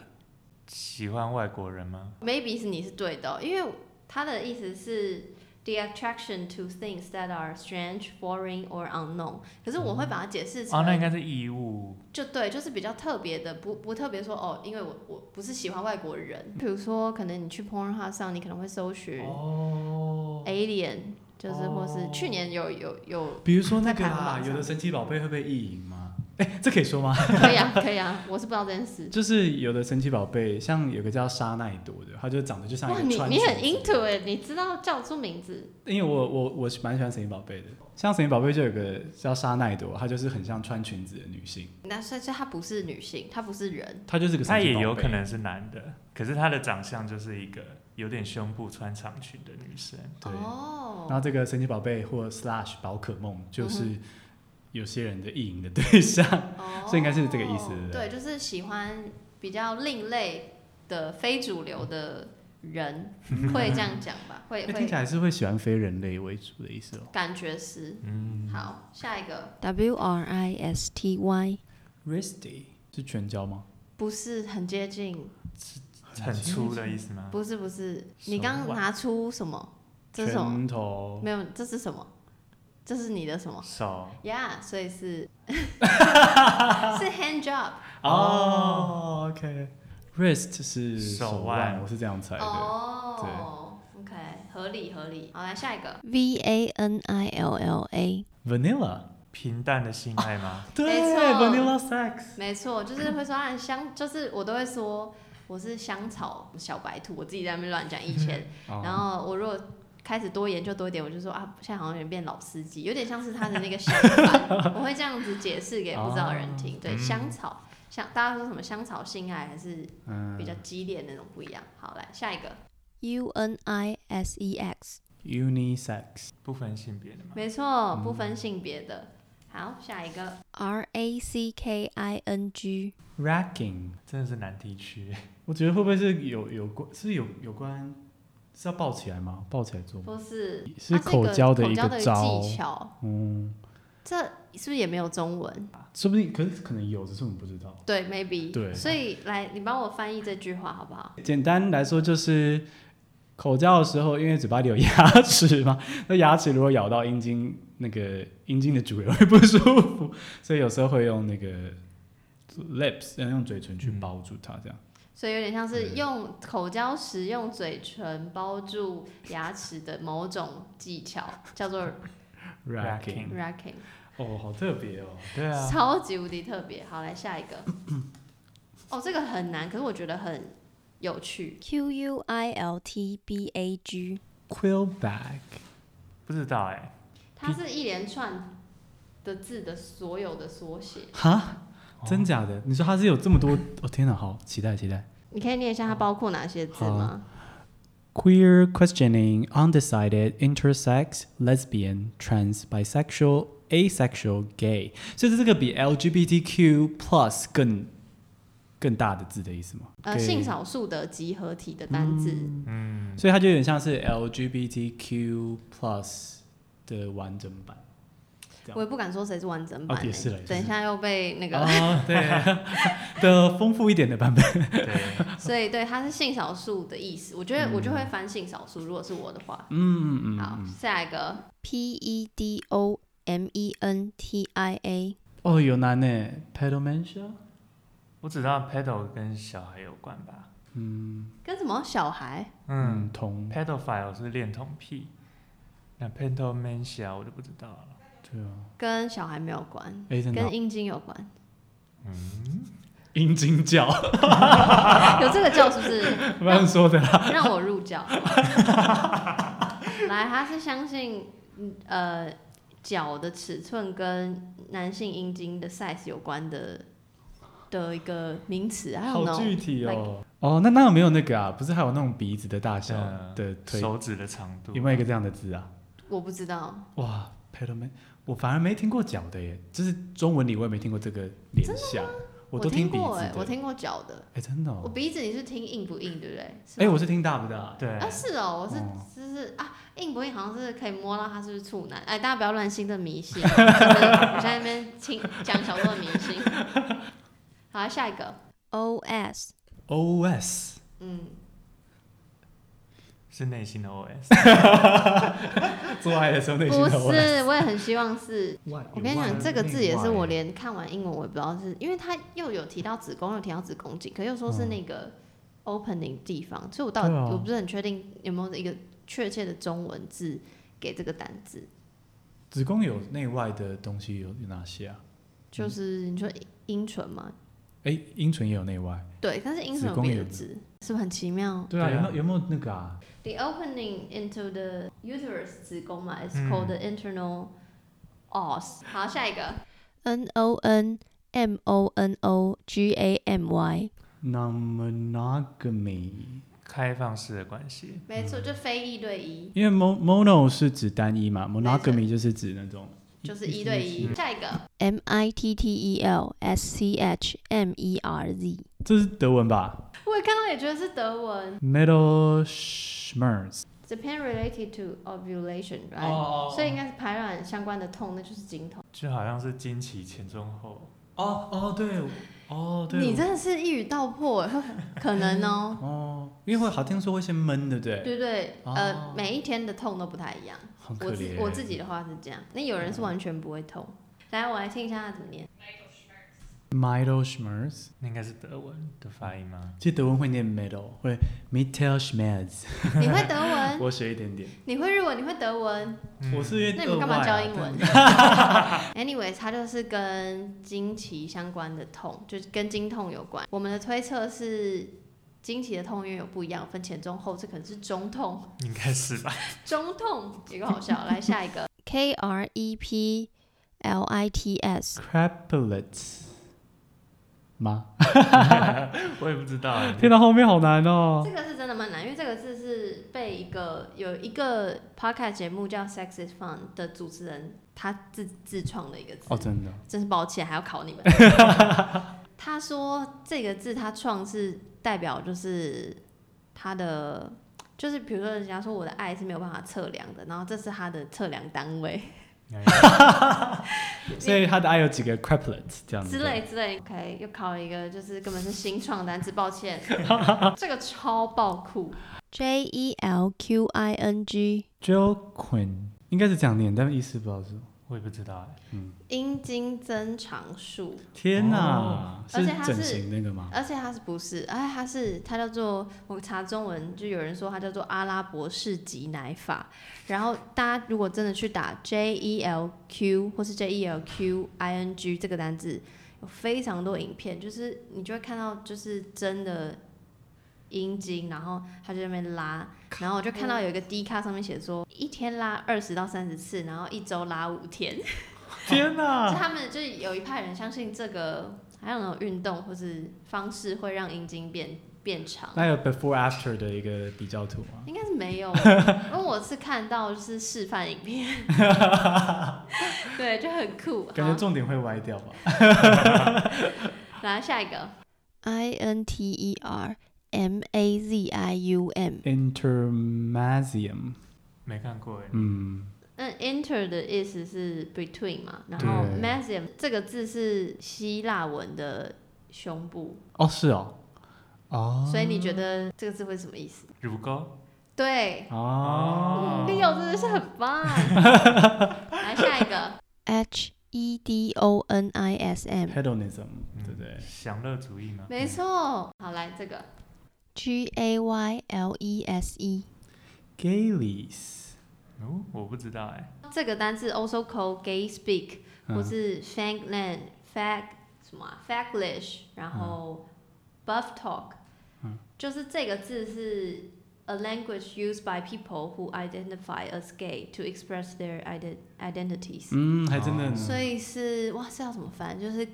[SPEAKER 4] 喜欢外国人吗？
[SPEAKER 1] Maybe 是你是对的哦，因为他的意思是 the attraction to things that are strange, foreign or unknown。可是我会把它解释成，
[SPEAKER 4] 哦，那应该是义务
[SPEAKER 1] 就对，就是比较特别的，不不特别说哦，因为我我不是喜欢外国人。比如说，可能你去 Pornhub 上，你可能会搜寻
[SPEAKER 3] 哦。
[SPEAKER 1] alien，就是或是
[SPEAKER 3] 哦
[SPEAKER 1] 去年有有有，
[SPEAKER 3] 比如说那个
[SPEAKER 1] 在排行榜
[SPEAKER 3] 啦，
[SPEAKER 1] 上
[SPEAKER 3] 有的神奇宝贝会被意淫吗？哎、这可以说吗？
[SPEAKER 1] 可以啊可以啊，我是不知道这件事。
[SPEAKER 3] 就是有的神奇宝贝，像有个叫莎奈朵的，它就长得就像一
[SPEAKER 1] 哇，
[SPEAKER 3] 个
[SPEAKER 1] 你
[SPEAKER 3] 川
[SPEAKER 1] 你很
[SPEAKER 3] 蜀
[SPEAKER 1] into 哎，你知道叫出名字，
[SPEAKER 3] 因为我我我是蛮喜欢神奇宝贝的，像神奇宝贝就有个叫莎奈朵，她就是很像穿裙子的女性，
[SPEAKER 1] 那所以所以她不是女性，她不是人，
[SPEAKER 3] 她就是个神
[SPEAKER 4] 他
[SPEAKER 3] 奇宝贝。
[SPEAKER 4] 也有可能是男的，可是他的长相就是一个有点胸部穿长裙的女生。
[SPEAKER 3] 对。然
[SPEAKER 1] 哦，
[SPEAKER 3] 后这个神奇宝贝或 slash 宝可梦就是有些人的意淫的对象，所以应该是这个意思
[SPEAKER 1] 哦对，就是喜欢比较另类的非主流的人，会这样讲吧，会
[SPEAKER 3] *laughs* 哎听起
[SPEAKER 1] 会
[SPEAKER 3] 来是会喜欢非人类为主的意思哦。
[SPEAKER 1] 感觉是。
[SPEAKER 4] 嗯，
[SPEAKER 1] 好，下一个
[SPEAKER 5] W R I S T Y
[SPEAKER 3] Risty 是全交吗？
[SPEAKER 1] 不是很接近，
[SPEAKER 3] 啊
[SPEAKER 4] 很粗的意思吗？
[SPEAKER 1] 不是不是，
[SPEAKER 4] 手
[SPEAKER 1] 你刚
[SPEAKER 4] 腕
[SPEAKER 1] 拿出什么？这是什么？
[SPEAKER 3] 拳头
[SPEAKER 1] 没有，这是什么？这是你的什么
[SPEAKER 4] 手
[SPEAKER 1] 呀所以是 *laughs* 是 hand job
[SPEAKER 3] 哦，OK。Wrist 是
[SPEAKER 4] 手
[SPEAKER 3] 手
[SPEAKER 4] 腕
[SPEAKER 3] 腕，我是这样猜的。
[SPEAKER 1] 哦、o k 合理合理。好，来下一个，
[SPEAKER 5] V A N I L L A
[SPEAKER 3] Vanilla，
[SPEAKER 4] 平淡的性爱吗？
[SPEAKER 3] 对
[SPEAKER 1] 没错
[SPEAKER 3] ，Vanilla sex。
[SPEAKER 1] 没错，就是会说啊香，就是我都会说我是香草小白兔，我自己在那边乱讲以前，
[SPEAKER 3] *laughs* 哦
[SPEAKER 1] 然后我如果开始多研究多一点，我就说啊，现在好像有点变老司机，有点像是他的那个相反，我会这样子解释给不知道的人
[SPEAKER 3] *laughs*
[SPEAKER 1] 听。对，
[SPEAKER 4] 嗯
[SPEAKER 1] 香草，香大家说什么香草性爱还是
[SPEAKER 3] 嗯
[SPEAKER 1] 比较激烈那种不一样。好，来下一个，
[SPEAKER 5] U N I S E X
[SPEAKER 3] unisex
[SPEAKER 4] 不分性别的 *laughs* 吗？
[SPEAKER 1] 没错，不分性别的。好，下一个
[SPEAKER 5] R A C K I N G
[SPEAKER 3] racking，
[SPEAKER 4] 真的是难题区。
[SPEAKER 3] 我觉得会不会是有有关是有有关是要抱起来吗？抱起来做吗？
[SPEAKER 1] 不是啊它
[SPEAKER 3] 是
[SPEAKER 1] 一个
[SPEAKER 3] 口交的
[SPEAKER 1] 口
[SPEAKER 3] 一
[SPEAKER 1] 交
[SPEAKER 3] 个
[SPEAKER 1] 的
[SPEAKER 3] 招
[SPEAKER 1] 技巧，
[SPEAKER 3] 嗯，
[SPEAKER 1] 这是不是也没有中文？
[SPEAKER 3] 说不定可是可能有，只是我们不知道。
[SPEAKER 1] 对，maybe。
[SPEAKER 3] 对
[SPEAKER 1] 所以来，你帮我翻译这句话好不好？
[SPEAKER 3] 简单来说就是。口交的时候，因为嘴巴里有牙齿嘛，那牙齿如果咬到阴茎，那个阴茎的主人会不舒服，所以有时候会用那个 lips，用嘴唇去包住它，这样。
[SPEAKER 1] 所以有点像是
[SPEAKER 3] 对
[SPEAKER 1] 用口交时用嘴唇包住牙齿的某种技巧，叫做
[SPEAKER 3] 嗯
[SPEAKER 4] Racking
[SPEAKER 1] racking，、
[SPEAKER 3] 哦，好特别哦。
[SPEAKER 4] 对啊，
[SPEAKER 1] 超级无敌特别。好，来下一
[SPEAKER 3] *coughs*
[SPEAKER 1] 个。哦，这个很难，可是我觉得很有趣。
[SPEAKER 5] Q U I L T B A G
[SPEAKER 3] Quill bag，
[SPEAKER 4] 不知道哎、
[SPEAKER 1] 它是一连串的字的所有的缩写，
[SPEAKER 3] 哈，真假的？你说它是有这么多？哦天哪，好期待期待。
[SPEAKER 1] 你可以念一下它包括哪些字吗？
[SPEAKER 3] Queer, questioning, undecided, intersex, lesbian, trans, bisexual, asexual, gay，所以这个比 LGBTQ plus 更更大的字的意思吗？
[SPEAKER 1] 呃，
[SPEAKER 3] gay
[SPEAKER 1] 性少数的集合体的单字。
[SPEAKER 4] 嗯，
[SPEAKER 3] 所以它就有点像是 LGBTQ plus 的完整版。
[SPEAKER 1] 我也不敢说谁是完整版、
[SPEAKER 3] 哦
[SPEAKER 1] 欸，
[SPEAKER 3] 也是啦也是
[SPEAKER 1] 等一下又被那个，
[SPEAKER 3] 哦，对 *laughs* 的丰富一点的
[SPEAKER 1] *laughs*
[SPEAKER 3] 版本。
[SPEAKER 4] 对，
[SPEAKER 1] 所以对，它是性少数的意思。我觉得我就会翻性少数，如果是我的话。
[SPEAKER 3] 嗯嗯嗯。
[SPEAKER 1] 好，下一个
[SPEAKER 5] P E D O M E N T I A
[SPEAKER 3] 哦，有难呢，pedomancia。
[SPEAKER 4] 我只知道 pedal 跟小孩有关吧。
[SPEAKER 1] 跟什么小孩？
[SPEAKER 4] 嗯
[SPEAKER 3] 嗯，同
[SPEAKER 4] p e d o p h i l e 是恋童癖，那 pedomancia 我就不知道了。
[SPEAKER 3] 对啊，
[SPEAKER 1] 跟小孩没有关，
[SPEAKER 3] 哎，真的
[SPEAKER 1] 跟
[SPEAKER 3] 哦
[SPEAKER 1] 阴茎有关。
[SPEAKER 3] 阴茎教， *laughs*
[SPEAKER 1] 有这个教是不是？
[SPEAKER 3] 乱说的啦。
[SPEAKER 1] 让我入教。来，他是相信嗯呃脚的尺寸跟男性阴茎的 size 有关的的一个名词。I don't
[SPEAKER 3] 好
[SPEAKER 1] know。
[SPEAKER 3] 具体哦。哦，那那有没有那个啊？不是还有那种鼻子的大小
[SPEAKER 4] 嗯
[SPEAKER 3] 的推？
[SPEAKER 4] 手指的长度
[SPEAKER 3] 有没有一个这样的字啊？
[SPEAKER 1] 我不知道，
[SPEAKER 3] 哇 p e d o m e 我反而没听过脚的耶，就是中文里我也没听过这个联想，
[SPEAKER 1] 我
[SPEAKER 3] 都听鼻
[SPEAKER 1] 过
[SPEAKER 3] 子
[SPEAKER 1] 哎、
[SPEAKER 3] 的。
[SPEAKER 1] 我听过脚的。
[SPEAKER 3] 哎，真的
[SPEAKER 1] 我
[SPEAKER 3] 哦。
[SPEAKER 1] 鼻子你是听硬不硬，对不对？是
[SPEAKER 3] 哎，
[SPEAKER 1] 吗
[SPEAKER 3] 我是听大不大？
[SPEAKER 4] 对
[SPEAKER 1] 啊，是哦，我是
[SPEAKER 3] 哦
[SPEAKER 1] 就是啊，硬不硬好像是可以摸到他是不是处男，哎，大家不要乱信这迷信，就是我在那边听讲小时候的迷信。好，下一个
[SPEAKER 5] O S
[SPEAKER 3] OS *laughs*
[SPEAKER 1] 嗯，
[SPEAKER 4] 是内心的 *laughs* OS，
[SPEAKER 3] 做爱的时候内
[SPEAKER 1] 不
[SPEAKER 3] 心的 OS。
[SPEAKER 1] 是，我也很希望
[SPEAKER 3] *laughs*
[SPEAKER 1] 是。我跟你讲，这个字也是我
[SPEAKER 4] 另外
[SPEAKER 1] 连看完英文我也不知道是，因为它又有提到子宫，又提到子宫颈，可又说是那个 opening 地方，所以我到底、
[SPEAKER 4] 对啊
[SPEAKER 1] 我不是很确定有没有一个确切的中文字给这个单字。
[SPEAKER 3] 子宫有内外的东西有有哪些啊？
[SPEAKER 1] 就是你说阴唇嘛，
[SPEAKER 3] 哎、阴唇也有内外。
[SPEAKER 1] 对，但是阴唇
[SPEAKER 3] 子
[SPEAKER 1] 有
[SPEAKER 3] 宫
[SPEAKER 1] 别
[SPEAKER 3] 也
[SPEAKER 1] 的
[SPEAKER 3] 有
[SPEAKER 1] 字，是不是很奇妙
[SPEAKER 3] 对啊，
[SPEAKER 4] 对
[SPEAKER 3] 有没
[SPEAKER 4] 啊
[SPEAKER 3] 有有没有那个啊？
[SPEAKER 1] ？The opening into the uterus 子宫嘛，is
[SPEAKER 4] 嗯
[SPEAKER 1] called the internal os。好，下一个
[SPEAKER 5] N O N M O N O G A M Y。
[SPEAKER 3] non-monogamy，
[SPEAKER 4] 开放式的关系，
[SPEAKER 1] 没
[SPEAKER 3] 嗯
[SPEAKER 1] 错，就非一对一，
[SPEAKER 3] 因为 mon mono 是指单一嘛
[SPEAKER 1] 没
[SPEAKER 3] ，monogamy 就是指那种
[SPEAKER 1] 就是一对一。下一个
[SPEAKER 5] M I T T E L S C H M E R Z。
[SPEAKER 3] 这是德文吧
[SPEAKER 1] 我也看到也觉得是德文
[SPEAKER 3] ？Metal schmerz，
[SPEAKER 1] ，Japan related to ovulation，right？
[SPEAKER 3] 哦
[SPEAKER 1] 所以应该是排卵相关的痛，那就是经痛。
[SPEAKER 4] 就好像是经期前中后，
[SPEAKER 3] 哦哦对，哦对，
[SPEAKER 1] 你真的是一语道破， *laughs* 可能
[SPEAKER 3] *laughs*
[SPEAKER 1] 哦，
[SPEAKER 3] 哦，因为会好听说会先闷，对不对？
[SPEAKER 1] 对不对？
[SPEAKER 3] 哦
[SPEAKER 1] 呃，每一天的痛都不太一样。我
[SPEAKER 3] 好可
[SPEAKER 1] 自
[SPEAKER 3] 怜，嗯
[SPEAKER 1] 我自己的话是这样，那有人是完全不会痛。来，我来听一下他怎么念。
[SPEAKER 3] metal schmerz，
[SPEAKER 4] 那应该是德文的发音吗？
[SPEAKER 3] 其实德文会念 metal，会 metal schmerz，
[SPEAKER 1] 你会德
[SPEAKER 3] *laughs*
[SPEAKER 1] 文，
[SPEAKER 3] 我学一点点，
[SPEAKER 1] 你会日文，你会德文，
[SPEAKER 4] 嗯
[SPEAKER 3] 我是因为
[SPEAKER 1] 那你们干嘛
[SPEAKER 3] 额外啊
[SPEAKER 1] 教英文？Anyway，它就是跟经期相关的痛，就是跟经痛有关。我们的推测是。经期的痛因为有不一样，分前中后，这可能是中痛，
[SPEAKER 4] 应该是吧？
[SPEAKER 1] 中痛有个好笑。来下一个
[SPEAKER 5] K R E P L I T S。
[SPEAKER 3] crapulets 吗？
[SPEAKER 4] *laughs* 我也不知道欸，
[SPEAKER 3] 听到后面好难哦
[SPEAKER 1] *laughs* 这。个是真的蛮难，因为这个字是被一个有一个 podcast 节目叫《Sex Is Fun》的主持人他自自创的一个字，
[SPEAKER 3] 哦，真的，
[SPEAKER 1] 真是抱歉，还要考你们。他说这个字他创是代表就是他的，就是比如说人家说我的爱是没有办法测量的，然后这是他的测量单位
[SPEAKER 3] 所以他的爱有几个 crapulets 这样子
[SPEAKER 1] 之类之类。OK，又考了一个就是根本是新创单词，抱歉，这个超爆酷。
[SPEAKER 5] J E L Q I N G。
[SPEAKER 3] ，Joquin 应该是这样念，但意思不知道是什么。
[SPEAKER 4] 我也不知道欸，
[SPEAKER 1] 阴茎增长术，
[SPEAKER 3] 天哪
[SPEAKER 4] 哦，
[SPEAKER 1] 而
[SPEAKER 3] 是
[SPEAKER 1] 且它是
[SPEAKER 3] 整形那
[SPEAKER 1] *laughs*
[SPEAKER 3] 个吗？
[SPEAKER 1] 而且它是不是？哎，它是它叫做我查中文，就有人说它叫做阿拉伯式挤奶法。然后大家如果真的去打 J E L Q 或是 J E L Q I N G 这个单字，有非常多影片，就是你就会看到就是真的阴茎，然后他就在那边拉，然后我就看到有一个 D 卡上面写说一天拉二十到三十次，然后一周拉五天。
[SPEAKER 3] 天
[SPEAKER 1] 就
[SPEAKER 3] 哪，
[SPEAKER 1] 他们就是有一派人相信这个还有那种运动或是方式会让阴茎变变长，
[SPEAKER 3] 那有 before after 的一个比较图吗？
[SPEAKER 1] 应该是没
[SPEAKER 3] *laughs*
[SPEAKER 1] 有，因为我是看到就是示范影片，对，就很酷。
[SPEAKER 3] 感觉
[SPEAKER 1] 好，
[SPEAKER 3] 重点会歪掉吧？
[SPEAKER 1] 啊来下一个
[SPEAKER 5] I N T E R M A Z I U M。
[SPEAKER 3] Intermesium，
[SPEAKER 4] 没看过欸，
[SPEAKER 3] 嗯，
[SPEAKER 1] 嗯，inter 的意思是 between 嘛，然后
[SPEAKER 3] 对
[SPEAKER 1] mesium 这个字是希腊文的胸部，
[SPEAKER 3] 哦是哦，哦
[SPEAKER 1] 所以你觉得这个字会什么意思？
[SPEAKER 4] 乳沟
[SPEAKER 1] 对啊
[SPEAKER 3] 哦，
[SPEAKER 1] ，Leo 真的是很
[SPEAKER 3] *laughs*
[SPEAKER 1] 棒。来下一个。
[SPEAKER 5] H E D O N I S M
[SPEAKER 3] hedonism，
[SPEAKER 4] 嗯
[SPEAKER 3] 对不对？
[SPEAKER 4] 享乐主义吗？
[SPEAKER 1] 没错，好来这个
[SPEAKER 5] G A Y L E S E。
[SPEAKER 3] Gales，
[SPEAKER 4] 哦，我不知道哎，
[SPEAKER 1] 这个单字 also called gay speak，、
[SPEAKER 3] 嗯
[SPEAKER 1] 或是 fangland fag 什么、啊、faglish，然后 buff talk，、
[SPEAKER 3] 嗯
[SPEAKER 1] 就是这个字是 a language used by people who identify as gay to express their ident identities，、
[SPEAKER 3] 嗯，还真的呢，
[SPEAKER 1] 哦所以是哇，这要怎么翻？就是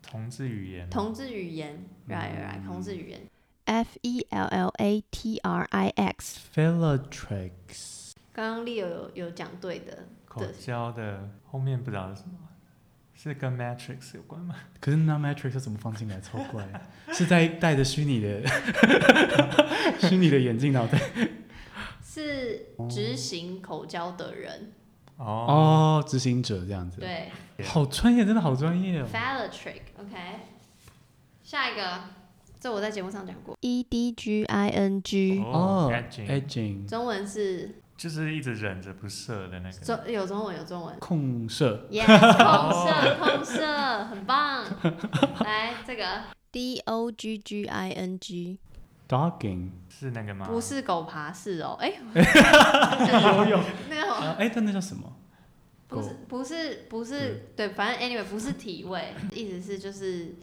[SPEAKER 4] 同志语言吗，
[SPEAKER 1] 同志语言、r
[SPEAKER 3] 嗯
[SPEAKER 1] i g h t right，同志语言。
[SPEAKER 5] F E L L A T R I X。
[SPEAKER 3] Philotrex，
[SPEAKER 1] 刚刚 Leo 有有讲对的，
[SPEAKER 4] 口交的后面不知道是什么，是跟 Matrix 有关吗？
[SPEAKER 3] 可是那 Matrix 要怎么放进来？超怪，
[SPEAKER 1] *laughs*
[SPEAKER 3] 是在戴着虚拟的 *laughs* 虚拟的眼镜脑袋
[SPEAKER 1] 是执行口交的人，
[SPEAKER 4] 哦，
[SPEAKER 3] 哦，执行者这样子，
[SPEAKER 1] 对。
[SPEAKER 4] 对
[SPEAKER 3] 好专业，真的好专业哦。
[SPEAKER 1] Phallic，OK、下一个，这我在节目上讲过，
[SPEAKER 5] E D G I N G，
[SPEAKER 4] 哦 edging
[SPEAKER 3] ，edging，
[SPEAKER 1] 中文是
[SPEAKER 4] 就是一直忍着不射的那个。
[SPEAKER 1] 中有中文有中
[SPEAKER 3] *laughs*
[SPEAKER 1] 文。
[SPEAKER 3] 控射
[SPEAKER 1] Yes，控射控射，很棒。来，这个
[SPEAKER 5] D O G G I N G，
[SPEAKER 3] ，dogging，
[SPEAKER 4] 是那个吗？
[SPEAKER 1] 不是狗爬式哦，哎，*laughs*
[SPEAKER 3] 游泳，
[SPEAKER 1] 那个
[SPEAKER 3] 啊哎，但那叫什么？
[SPEAKER 1] 不是不是不是，对，反正 anyway 不是体位，意思是就是，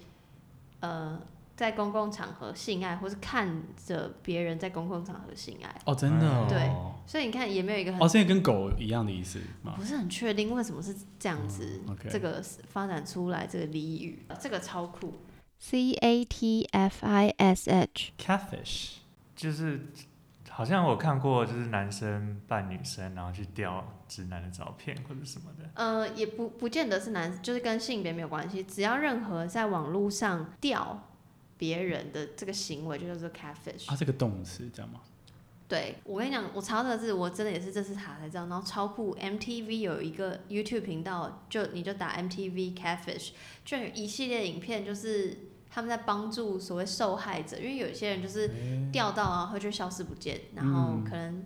[SPEAKER 1] 呃，在公共场合性爱，或是看着别人在公共场合性爱，
[SPEAKER 3] 哦，真的哦，
[SPEAKER 1] 对所以你看也没有一个很、
[SPEAKER 3] 哦，所以跟狗一样的意思嘛
[SPEAKER 1] 不是很确定为什么是这样子，
[SPEAKER 3] ，OK
[SPEAKER 1] 这个发展出来这个俚语，呃这个超酷，
[SPEAKER 5] C A T F I S H，
[SPEAKER 3] ，catfish，
[SPEAKER 4] 就是好像我看过，就是男生扮女生，然后去调直男的照片或者什么的。
[SPEAKER 1] 呃，也不不见得是男，就是跟性别没有关系，只要任何在网络上钓别人的这个行为，就叫做 catfish
[SPEAKER 3] 啊，。这个动词这样吗？
[SPEAKER 1] 对我跟你讲，我查到这个字，我真的也是这次查才知道。然后超酷，MTV 有一个 YouTube 频道，就你就打 MTV Catfish，就有一系列影片，就是他们在帮助所谓受害者，因为有些人就是钓到啊，会就消失不见，然后
[SPEAKER 3] 嗯
[SPEAKER 1] 可能、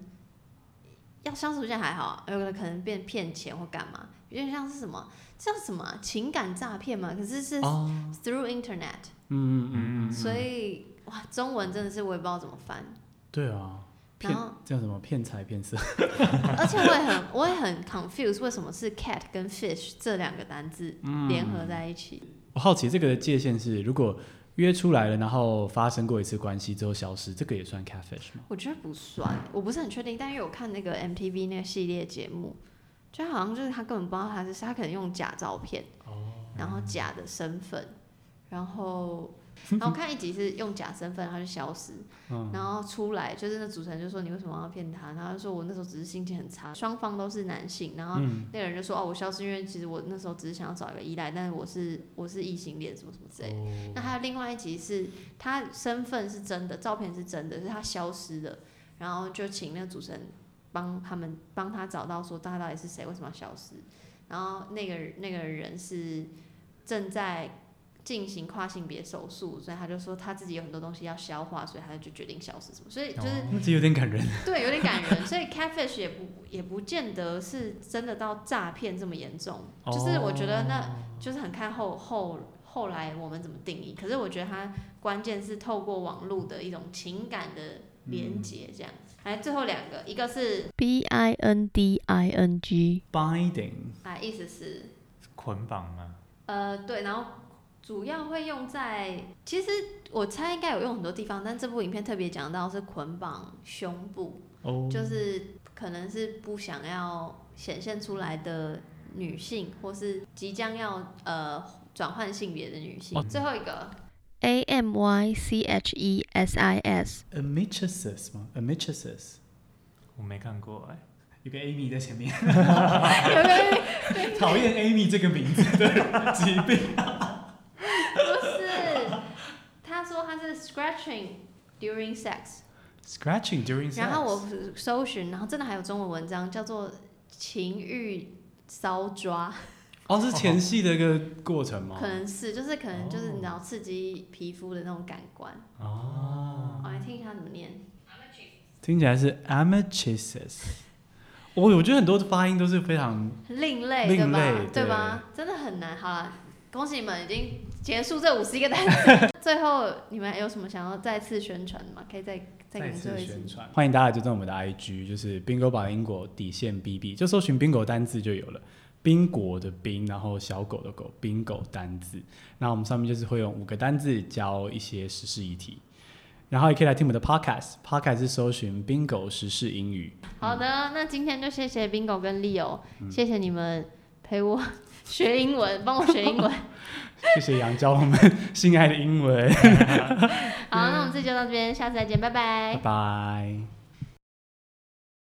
[SPEAKER 1] 要消失不见还好，啊有的可能变骗钱或干嘛，有点像是什么叫什么啊情感诈骗嘛，可是是
[SPEAKER 3] 哦，
[SPEAKER 1] through internet，、
[SPEAKER 3] 嗯嗯嗯
[SPEAKER 4] 嗯
[SPEAKER 3] 嗯，
[SPEAKER 1] 所以哇，中文真的是我也不知道怎么翻。
[SPEAKER 3] 对啊，
[SPEAKER 1] 然
[SPEAKER 3] 骗
[SPEAKER 1] 后
[SPEAKER 3] 叫什么骗财骗色， *laughs*
[SPEAKER 1] 而且我也很我也很 confused，为什么是 cat 跟 fish 这两个单字联合在一起？
[SPEAKER 3] 我好奇这个的界限是，如果约出来了，然后发生过一次关系之后消失，这个也算 catfish 吗？
[SPEAKER 1] 我觉得不算，我不是很确定。但因为我看那个 MTV 那个系列节目，就好像就是他根本不知道他是他可能用假照片，然后假的身份，然后然后我看一集是用假身份，他就消失，然后出来就是那主持人就说你为什么要骗他？然后他就说我那时候只是心情很差，双方都是男性，然后那个人就说哦我消失，因为其实我那时候只是想要找一个依赖，但是我是我是异性恋什么什么之类的。那还有另外一集是他身份是真的，照片是真的，是他消失的，然后就请那个主持人帮他们帮他找到说他到底是谁，为什么要消失？然后那个那个人是正在进行跨性别手术，所以他就说他自己有很多东西要消化，所以他就决定消失什么，所以就是、
[SPEAKER 3] 那这有点感人。
[SPEAKER 1] 对有点感人，所以 catfish 也不也不见得是真的到诈骗这么严重，就是我觉得那就是很看后后后来我们怎么定义。可是我觉得它关键是透过网络的一种情感的连接，这样。来，最后两个，一个是
[SPEAKER 5] B I N D I N G，
[SPEAKER 3] binding
[SPEAKER 1] 啊，意思是
[SPEAKER 4] 捆绑吗？
[SPEAKER 1] 呃对，然后主要会用在，其实我猜应该有用很多地方，但这部影片特别讲到是捆绑胸部，
[SPEAKER 3] 哦，
[SPEAKER 1] 就是可能是不想要显现出来的女性，或是即将要呃转换性别的女性。
[SPEAKER 4] 哦
[SPEAKER 1] 最后一个。
[SPEAKER 5] A M Y C H E S I S，
[SPEAKER 3] amichesis 吗？amichesis
[SPEAKER 4] 我没看过哎、
[SPEAKER 3] 有个 Amy 在前面，
[SPEAKER 1] 有没有
[SPEAKER 3] 讨厌 Amy 这个名字的疾病。
[SPEAKER 1] 不是，他说他是 scratching during sex，
[SPEAKER 3] Scratching during sex。
[SPEAKER 1] 然后我搜寻，然后真的还有中文文章叫做情欲搔抓，
[SPEAKER 3] 哦，是前戏的一个过程吗？
[SPEAKER 1] 可能是就是可能就是
[SPEAKER 3] 哦
[SPEAKER 1] 你知道刺激皮肤的那种感官。
[SPEAKER 3] 哦，
[SPEAKER 1] 我来听一下怎么念。
[SPEAKER 3] 听起来是 amichesis。我我觉得很多的发音都是非常
[SPEAKER 1] 很另类，
[SPEAKER 3] 另
[SPEAKER 1] 对吧？
[SPEAKER 3] 类对
[SPEAKER 1] 吧？真的很难。好了，恭喜你们已经结束这五十一个单
[SPEAKER 3] *laughs*
[SPEAKER 1] 词。最后，你们有什么想要再次宣传的吗？可以再再给
[SPEAKER 3] 再
[SPEAKER 1] 你们最
[SPEAKER 3] 次
[SPEAKER 1] 后一次
[SPEAKER 3] 宣。传，欢迎大家追踪我们的 IG，就是 Bingo 把英国底线 BB，就搜寻 Bingo 单字就有了。宾果的宾，然后小狗的狗，bingo 单字。那我们上面就是会用五个单字教一些时事议题，然后也可以来听我们的 podcast，podcast 是搜寻 bingo 时事英语。
[SPEAKER 1] 好的，那今天就谢谢 Bingo 跟 Leo，、谢
[SPEAKER 3] 嗯
[SPEAKER 1] 谢你们陪我学英文，帮我学英
[SPEAKER 3] *laughs*
[SPEAKER 1] 文。
[SPEAKER 3] 谢谢杨教我们 *laughs* 心爱的英文，嗯
[SPEAKER 1] 好，那我们这集就到这边，下次再见，拜拜
[SPEAKER 3] 拜。拜。